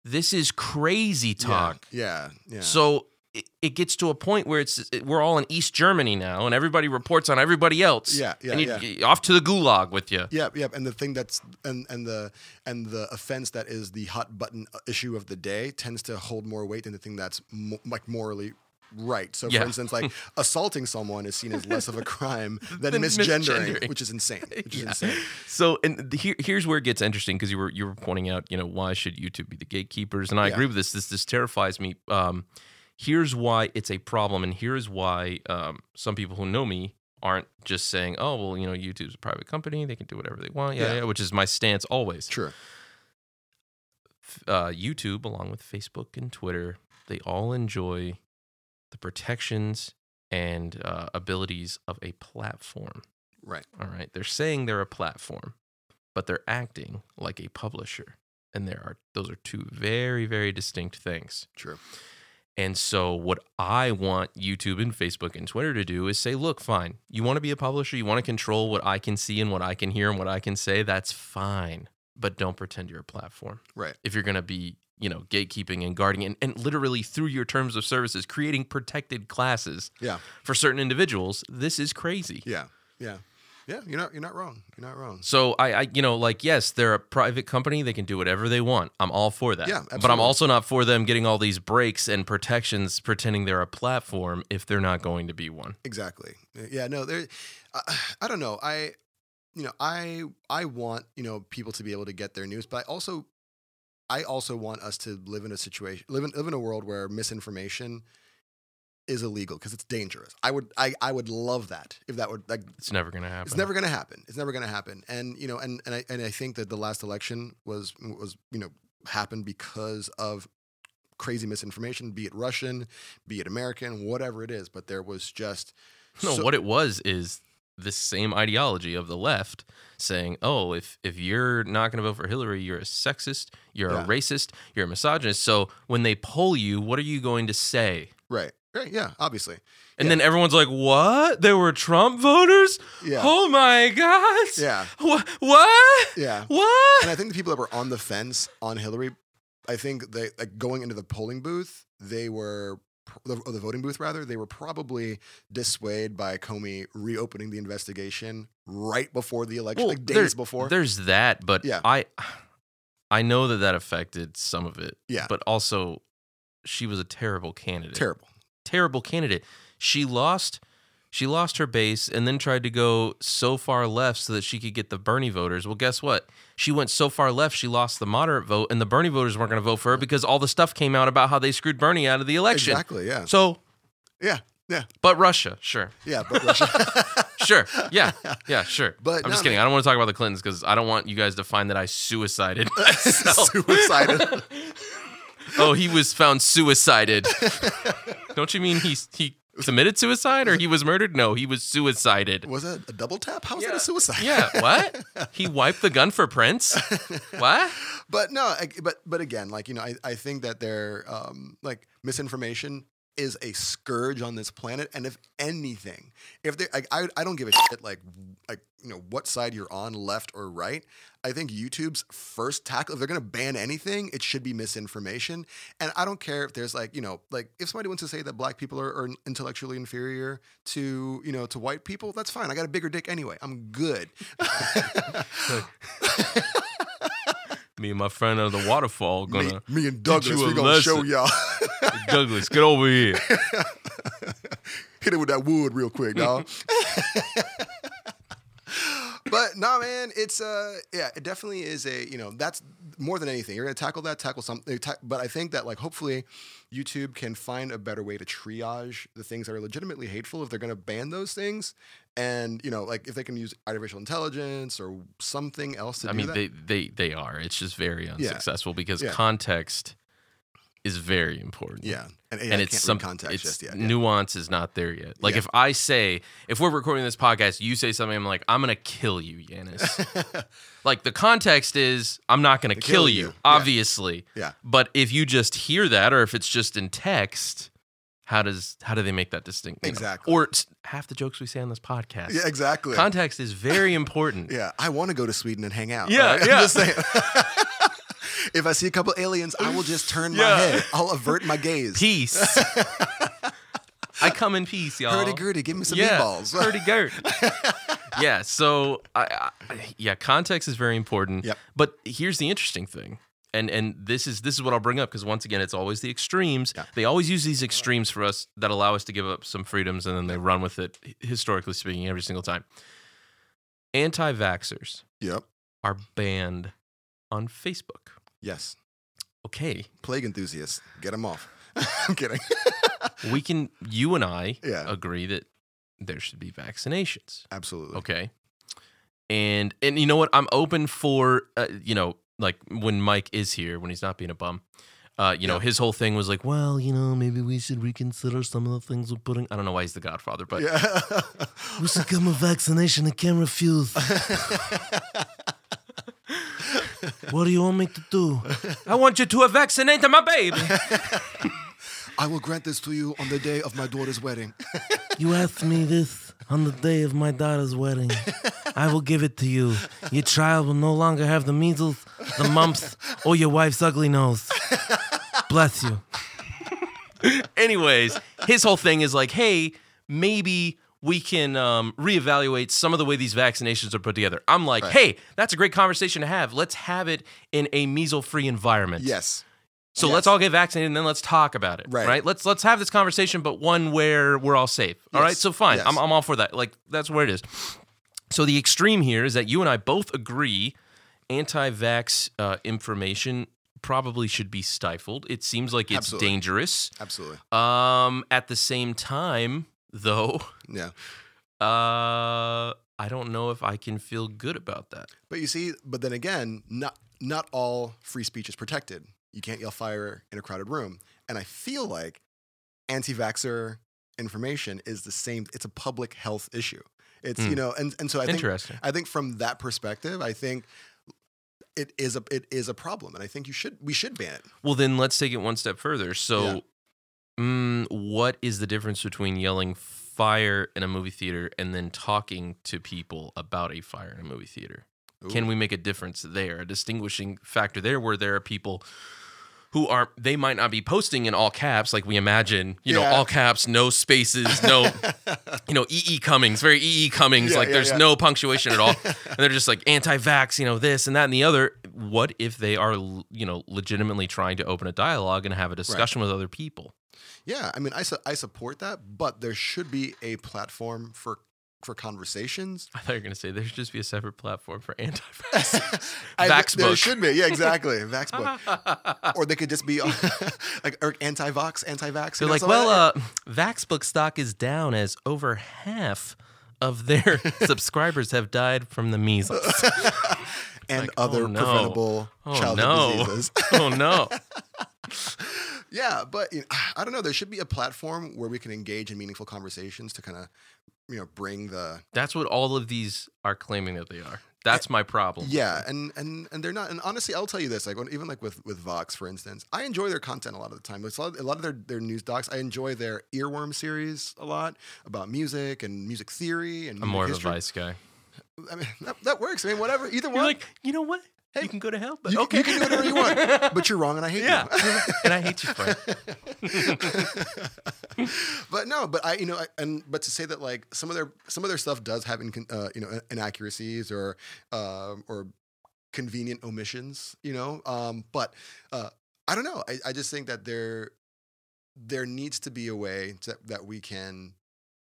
A: This is crazy
B: Yeah,
A: talk.
B: yeah yeah
A: So it, it gets to a point where it's it- we're all in East Germany now, and everybody reports on everybody else.
B: Yeah, yeah,
A: and you,
B: yeah.
A: you- off to the gulag with you.
B: Yep, yep. And the thing that's and and the and the offense that is the hot button uh, issue of the day tends to hold more weight than the thing that's mo- like morally right. So,
A: Yeah.
B: for instance, like assaulting someone is seen as less of a crime than
A: Than
B: misgendering,
A: misgendering.
B: which is insane. Which is
A: Yeah.
B: insane.
A: So, and here, here's where it gets interesting because you were you were pointing out, you know, why should YouTube be the gatekeepers? And I
B: Yeah.
A: agree with this. This this terrifies me. Um, here's why it's a problem, and here's why um, some people who know me aren't just saying, "Oh, well, you know, YouTube's a private company; they can do whatever they want." Yeah,
B: Yeah.
A: yeah, which is my stance always.
B: Sure.
A: F- Uh, YouTube, along with Facebook and Twitter, they all enjoy the protections and uh, abilities of a platform.
B: Right.
A: All right. They're saying they're a platform, but they're acting like a publisher. And there are those are two very, very distinct things.
B: True.
A: And so what I want YouTube and Facebook and Twitter to do is say, look, fine. You want to be a publisher, you want to control what I can see and what I can hear and what I can say, that's fine. But don't pretend you're a platform
B: Right.
A: if you're going to be you know gatekeeping and guarding and, and literally through your terms of services creating protected classes
B: Yeah.
A: for certain individuals this is crazy
B: Yeah. Yeah. Yeah. You're not. You're not wrong. You're not wrong.
A: so I, I, you know, like yes, they're a private company; they can do whatever they want. I'm all for that.
B: Yeah,
A: but I'm
B: absolutely.
A: also not for them getting all these breaks and protections, pretending they're a platform if they're not going to be one.
B: Exactly. Yeah. No. There. I, I don't know. I. You know. I. I want you know people to be able to get their news, but I also. I also want us to live in a situation, live in, live in a world where misinformation is illegal because it's dangerous. I would, I, I would love that if that would like
A: It's never going to happen.
B: it's never going to happen. It's never going to happen. And you know, and and I and I think that the last election was was you know happened because of crazy misinformation, be it Russian, be it American, whatever it is. But there was just
A: No,
B: so-
A: what it was is this same ideology of the left saying, "Oh, if if you're not going to vote for Hillary, you're a sexist, you're
B: Yeah.
A: a racist, you're a misogynist." So when they poll you, what are you going to say?
B: right, right, yeah, obviously,
A: And
B: Yeah.
A: then everyone's like, "What? There were Trump voters?
B: yeah,
A: Oh my gosh!"
B: yeah,
A: What? What?
B: yeah.
A: What?
B: And I think the people that were on the fence on Hillary, I think they like going into the polling booth, they were the, or the voting booth rather, they were probably dissuaded by Comey reopening the investigation right before the election, like days
A: there's-
B: before.
A: There's that, but
B: Yeah.
A: I I know that that affected some of it.
B: Yeah.
A: But also she was a terrible candidate.
B: Terrible.
A: terrible candidate. She lost She lost her base and then tried to go so far left so that she could get the Bernie voters. Well, guess what? She went so far left, she lost the moderate vote, and the Bernie voters weren't going to vote for her because all the stuff came out about how they screwed Bernie out of the election.
B: Exactly. Yeah.
A: So,
B: Yeah. Yeah.
A: but Russia, sure.
B: Yeah. But Russia.
A: Sure. Yeah. Yeah, sure.
B: But
A: I'm just
B: no,
A: kidding. I don't want to talk about the Clintons because I don't want you guys to find that I suicided myself.
B: suicided.
A: oh, he was found suicided. Don't you mean he he committed suicide or he was murdered? No, he was suicided.
B: Was that a double tap? How was that a suicide?
A: Yeah, what? He wiped the gun for prints? What?
B: But no, I- but but again, like you know, I, I think that there, um, like misinformation is a scourge on this planet. And if anything, if they, I, I, I don't give a shit, like like you know what side you're on, left or right. I think YouTube's first tackle, if they're gonna ban anything, it should be misinformation. And I don't care if there's like you know, like if somebody wants to say that black people are, are intellectually inferior to you know to white people, that's fine. I got a bigger dick anyway. I'm good.
A: Me and my friend under the waterfall
B: Me,
A: gonna
B: me and
A: teach you
B: Douglas,
A: a
B: we gonna show
A: lesson.
B: y'all.
A: Douglas, get over here.
B: hit it with that wood real quick, dog. but nah, man, it's uh, yeah, it definitely is a you know that's more than anything. You're gonna tackle that, tackle something. Ta- but I think that like hopefully, YouTube can find a better way to triage the things that are legitimately hateful if they're gonna ban those things, and you know like if they can use artificial intelligence or something else to
A: I
B: do
A: mean
B: that.
A: they, they they are. It's just very unsuccessful because
B: Yeah.
A: context is very important.
B: yeah, and, AI
A: and it's
B: can't read
A: some
B: context
A: it's
B: just yet. yeah.
A: nuance is not there yet. Like
B: Yeah.
A: if I say, if we're recording this podcast, you say something, I'm like, I'm gonna kill you, Yanis. like the context is, I'm not gonna kill,
B: kill
A: you,
B: you. Yeah.
A: obviously.
B: Yeah.
A: But if you just hear that, or if it's just in text, how does how do they make that distinct? you know?
B: Exactly.
A: Or it's half the jokes we say on this podcast.
B: Yeah, exactly.
A: Context is very important.
B: Yeah, I want to go to Sweden and hang out.
A: Yeah,
B: I'm
A: yeah.
B: just saying. if I see a couple aliens, I will just turn my
A: Yeah.
B: head. I'll avert my gaze.
A: Peace. I come in peace, y'all.
B: Hurdy gurdy, give me some meatballs.
A: Hurdy gurt. yeah. So I, I, yeah, context is very important.
B: Yep.
A: But here's the interesting thing. And and this is this is what I'll bring up because once again it's always the extremes.
B: Yeah.
A: They always use these extremes for us that allow us to give up some freedoms and then they run with it h- historically speaking every single time. Anti-vaxxers
B: Yep.
A: are banned on Facebook.
B: Yes.
A: Okay.
B: Plague enthusiasts, get them off. I'm kidding.
A: We can you and I
B: Yeah.
A: agree that there should be vaccinations.
B: Absolutely.
A: Okay. And and you know what? I'm open for uh, you know like when Mike is here when he's not being a bum. Uh, you know
B: Yeah.
A: his whole thing was like, well, you know, maybe we should reconsider some of the things we're putting. I don't know why he's the Godfather, but
B: Yeah.
A: we should give him a vaccination. I can't refuse. what do you want me to do? I want you to vaccinate my baby.
B: I will grant this to you on the day of my daughter's wedding.
D: You asked me this on the day of my daughter's wedding. I will give it to you. Your child will no longer have the measles, the mumps, or your wife's ugly nose. Bless you.
A: Anyways, his whole thing is like, hey, maybe we can um, reevaluate some of the way these vaccinations are put together. I'm like, hey, that's a great conversation to have. Let's have it in a measle-free environment.
B: Yes.
A: So
B: yes.
A: let's all get vaccinated and then let's talk about it.
B: Right.
A: Right. Let's let's have this conversation, but one where we're all safe. All
B: Yes,
A: right. So fine.
B: yes.
A: I'm I'm all for that. Like that's where it is. So the extreme here is that you and I both agree anti-vax uh, information probably should be stifled. It seems like it's
B: Absolutely.
A: dangerous.
B: Absolutely.
A: Um, at the same time, though,
B: Yeah.
A: uh, I don't know if I can feel good about that.
B: But you see, but then again, not not all free speech is protected. You can't yell fire in a crowded room. And I feel like anti-vaxxer information is the same. It's a public health issue. It's
A: Hmm.
B: you know, and and so I think
A: Interesting.
B: I think from that perspective, I think it is a it is a problem, and I think you should we should ban it.
A: Well, then let's take it one step further. So, mm, what is the difference between yelling fire in a movie theater and then talking to people about a fire in a movie theater? Can we make a difference there, a distinguishing factor there where there are people who are they might not be posting in all caps like we imagine, you know,
B: Yeah.
A: all caps, no spaces, no you know, EE Cummings, very EE Cummings,
B: Yeah,
A: like
B: yeah,
A: there's
B: yeah.
A: no punctuation at all. and they're just like anti-vax, you know, this and that and the other. What if they are, l- you know, legitimately trying to open a dialogue and have a discussion with other people?
B: Yeah, I mean, I, su- I support that, but there should be a platform for for conversations.
A: I thought you were going to say there should just be a separate platform for anti
B: I,
A: Vax
B: there
A: book.
B: should be, yeah, exactly, vax book, or they could just be uh, like or anti-vax, anti-vax.
A: They're
B: you know,
A: like,
B: something
A: well,
B: that.
A: uh, Vaxbook stock is down as over half of their subscribers have died from the measles.
B: and
A: like, oh,
B: other
A: no.
B: preventable
A: Oh
B: childhood
A: no!
B: diseases.
A: oh no!
B: Yeah, but you know, I don't know. There should be a platform where we can engage in meaningful conversations to kind of, you know, bring the
A: That's what all of these are claiming that they are. That's my problem.
B: Eh, yeah, and and and they're not. And honestly, I'll tell you this: like when- even like with with Vox, for instance, I enjoy their content a lot of the time. It's a lot, a lot of their their news docs. I enjoy their earworm series a lot about music and music theory and
A: I'm more of a
B: music history.
A: vice guy.
B: I mean, that, that works. I mean, whatever. Either
A: You're
B: one.
A: like, you know what? you can go to hell, but
B: you,
A: okay.
B: you can do whatever you want, but you're wrong, and I hate
A: yeah,
B: you.
A: and I hate you for it.
B: but no, but I, you know, I, and but to say that like some of their some of their stuff does have incon uh, you know inaccuracies or um, or convenient omissions, you know. Um, but uh, I don't know. I, I just think that there there needs to be a way to, that we can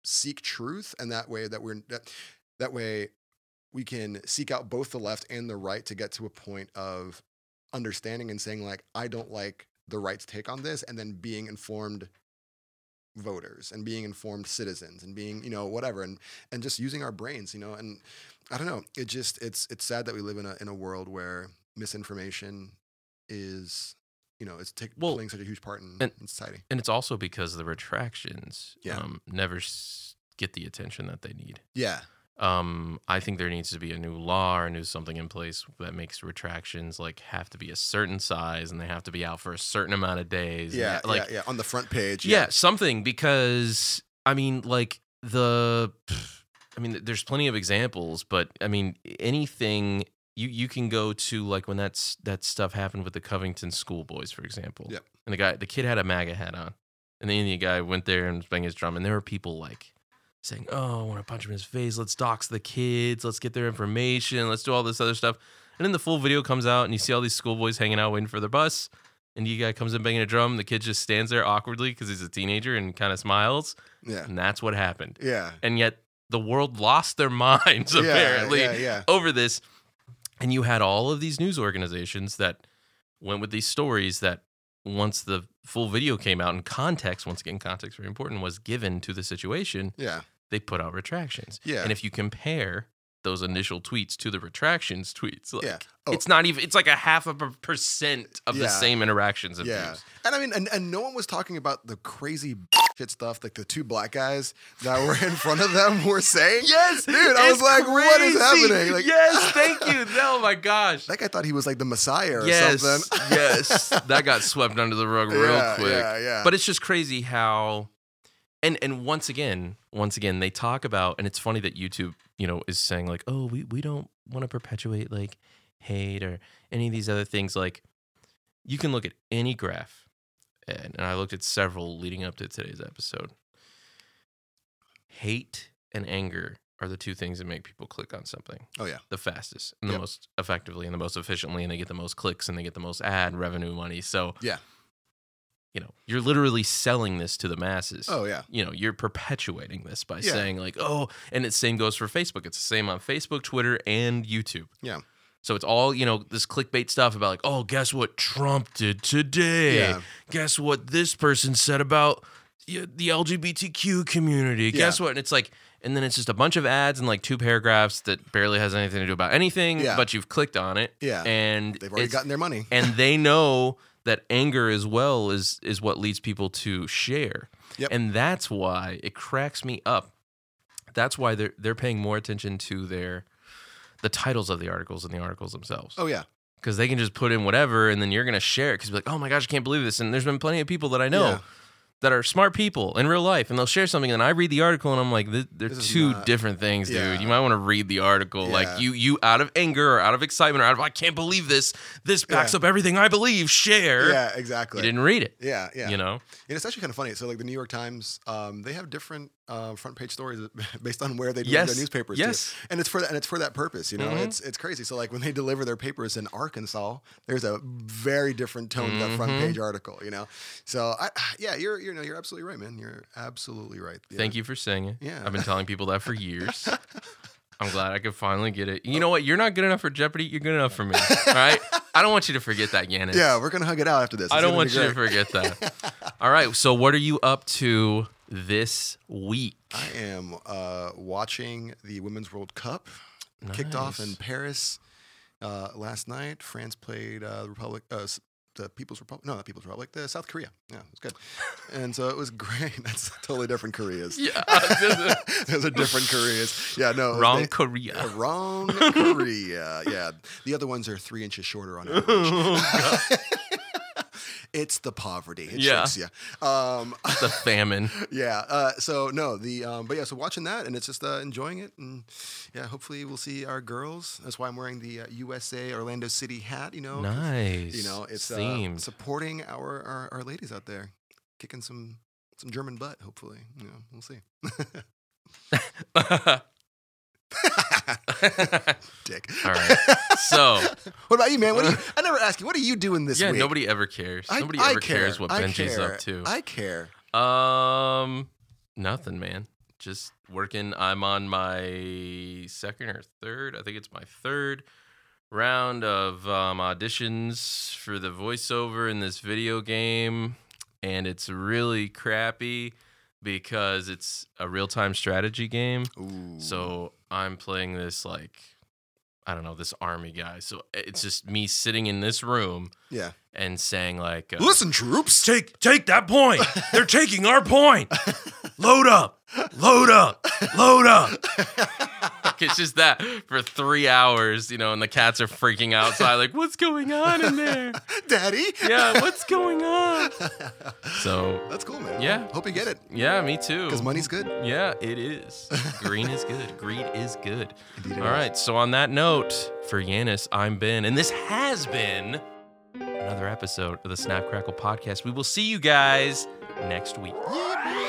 B: seek truth, and that way that we're that, that way we can seek out both the left and the right to get to a point of understanding and saying like I don't like the right's take on this, and then being informed voters and being informed citizens and being you know whatever and and just using our brains you know and i don't know it just it's it's sad that we live in a in a world where misinformation is you know it's take,
A: Well,
B: playing such a huge part in,
A: and-
B: in society
A: And it's also because the retractions
B: Yeah.
A: um, never s- get the attention that they need.
B: yeah
A: Um, I think there needs to be a new law or a new something in place that makes retractions like have to be a certain size and they have to be out for a certain amount of days. and
B: yeah
A: ha- like
B: yeah, yeah on the front page
A: yeah, something because I mean, like the, I mean, there's plenty of examples, but I mean, anything you you can go to like when that's that stuff happened with the Covington schoolboys, for example.
B: Yep.
A: And the guy, the kid had a MAGA hat on, and the Indian guy went there and was banging his drum, and there were people like saying, "Oh, I want to punch him in his face. Let's dox the kids. Let's get their information. Let's do all this other stuff." And then the full video comes out, and you see all these schoolboys hanging out waiting for their bus and you guy comes in banging a drum. The kid just stands there awkwardly because he's a teenager and kind of smiles,
B: yeah
A: and that's what happened.
B: yeah
A: And yet the world lost their minds
B: yeah
A: apparently
B: yeah, yeah.
A: over this. And you had all of these news organizations that went with these stories that once the full video came out and context, once again, context very important, was given to the situation,
B: Yeah,
A: they put out retractions.
B: Yeah.
A: And if you compare those initial tweets to the retractions tweets, like
B: Yeah. Oh.
A: it's not even it's like a half of a percent of
B: Yeah.
A: the same interactions of
B: yeah.
A: views.
B: And I mean, and, and no one was talking about the crazy shit stuff like the two black guys that were in front of them were saying.
A: Yes,
B: Dude, I was
A: it's
B: like, what is
A: crazy.
B: happening? Like-
A: yes, thank you. Oh my gosh.
B: That guy thought he was like the Messiah or
A: yes,
B: something.
A: yes, that got swept under the rug real
B: yeah,
A: quick.
B: Yeah, yeah.
A: But it's just crazy how, and and once again, once again, they talk about, and it's funny that YouTube, you know, is saying like, oh, we we don't want to perpetuate like hate or any of these other things. Like, you can look at any graph, and, and I looked at several leading up to today's episode. Hate and anger are the two things that make people click on something
B: oh yeah.
A: the fastest and the
B: Yep.
A: most effectively and the most efficiently and they get the most clicks and they get the most ad revenue money so
B: Yeah.
A: you know you're literally selling this to the masses
B: Oh yeah.
A: you know you're perpetuating this by
B: Yeah.
A: saying like oh and it same goes for facebook it's the same on facebook twitter and youtube
B: Yeah.
A: so it's all you know this clickbait stuff about like oh guess what trump did today
B: Yeah.
A: guess what this person said about y- the lgbtq community guess what and it's like and then it's just a bunch of ads and like two paragraphs that barely has anything to do about anything
B: Yeah.
A: but you've clicked on it
B: Yeah.
A: and
B: They've already
A: it's-
B: gotten their money.
A: and they know that anger as well is is what leads people to share
B: Yep.
A: and that's why it cracks me up that's why they're they're paying more attention to their the titles of the articles than the articles themselves
B: Oh yeah.
A: because they can just put in whatever and then you're gonna share it because like oh my gosh i can't believe this and there's been plenty of people that i know
B: Yeah.
A: that are smart people in real life and they'll share something and i read the article and i'm like "Th- they're
B: This is
A: two
B: not-
A: different things dude
B: Yeah.
A: you might want to read the article
B: Yeah.
A: like you you out of anger or out of excitement or out of i can't believe this this backs
B: Yeah.
A: up everything i believe share
B: Yeah,
A: you
B: exactly.
A: didn't read it
B: yeah, yeah.
A: you know
B: And it's actually kind of funny. So like the New York Times, um, they have different uh, front page stories based on where they deliver
A: Yes.
B: their newspapers.
A: Yes.
B: To. And it's for that and it's for that purpose, you know.
A: Mhm.
B: It's it's crazy. So like when they deliver their papers in Arkansas, there's a very different tone to that front
A: Mhm.
B: page article, you know. So I yeah, you're you're here. No, you're absolutely right, man. You're absolutely right.
A: Thank you for saying it.
B: Yeah.
A: I've been telling people that for years. I'm glad I could finally get it.
B: Oh.
A: You know what? You're not good enough for Jeopardy. You're good enough for me. All right. I don't want you to forget that, Yanis.
B: Yeah, we're gonna hug it out after this.
A: I
B: It's
A: don't
B: gonna
A: want
B: be
A: you to
B: great.
A: forget that. All right. So, what are you up to this week?
B: I am uh, watching the Women's World Cup kicked off in
A: Nice.
B: Paris uh, last night. France played uh, the Republic, uh, s- the People's Republic. No, not People's Republic. The South Korea. Yeah, it was good, and so it was great. That's totally different Koreas.
A: Yeah.
B: Those are different Koreas. Yeah, no.
A: Uh, Wrong
B: they-
A: Korea.
B: uh, wrong Korea. Yeah, the other ones are three inches shorter on average. it's the poverty. It
A: Oh, Yeah.
B: shakes you. Um,
A: The famine.
B: yeah. Uh, so no, the um, but yeah. So watching that and it's just uh, enjoying it and yeah. Hopefully we'll see our girls. That's why I'm wearing the uh, USA Orlando City hat. You know. 'cause,
A: Nice.
B: You know, it's uh,
A: themed.
B: supporting our, our our ladies out there, kicking some some German butt. Hopefully, you know, we'll see. Dick.
A: All right. So,
B: What about you, man? What do you, I never ask you. What are you doing this
A: yeah,
B: week?
A: nobody ever cares.
B: I-
A: nobody
B: I
A: ever
B: care.
A: cares what
B: I
A: Benji's
B: care.
A: up to.
B: I care.
A: Um, nothing, man. Just working. I'm on my second or third. I think it's my third round of um, auditions for the voiceover in this video game, and it's really crappy because it's a real-time strategy game.
B: Ooh.
A: So I'm playing this like I don't know this army guy. So eh, it's just me sitting in this room
B: yeah.
A: and saying like, uh,
B: Listen, troops.
D: Take take that point. They're taking our point. Load up. Load up. Load up.
A: it's just that for three hours, you know, and the cats are freaking outside, like, what's going on in there?
B: Daddy.
A: Yeah, what's going on? So,
B: That's cool, man.
A: Yeah.
B: Hope you get it
A: yeah, me too.
B: because money's good.
A: Yeah, it is. Green is good. Greed is good.
B: Indeed it
A: All
B: is.
A: right, so on that note, for Yanis, I'm Ben, and this has been another episode of the Snap Crackle Podcast. We will see you guys next week.
B: Yeah, man.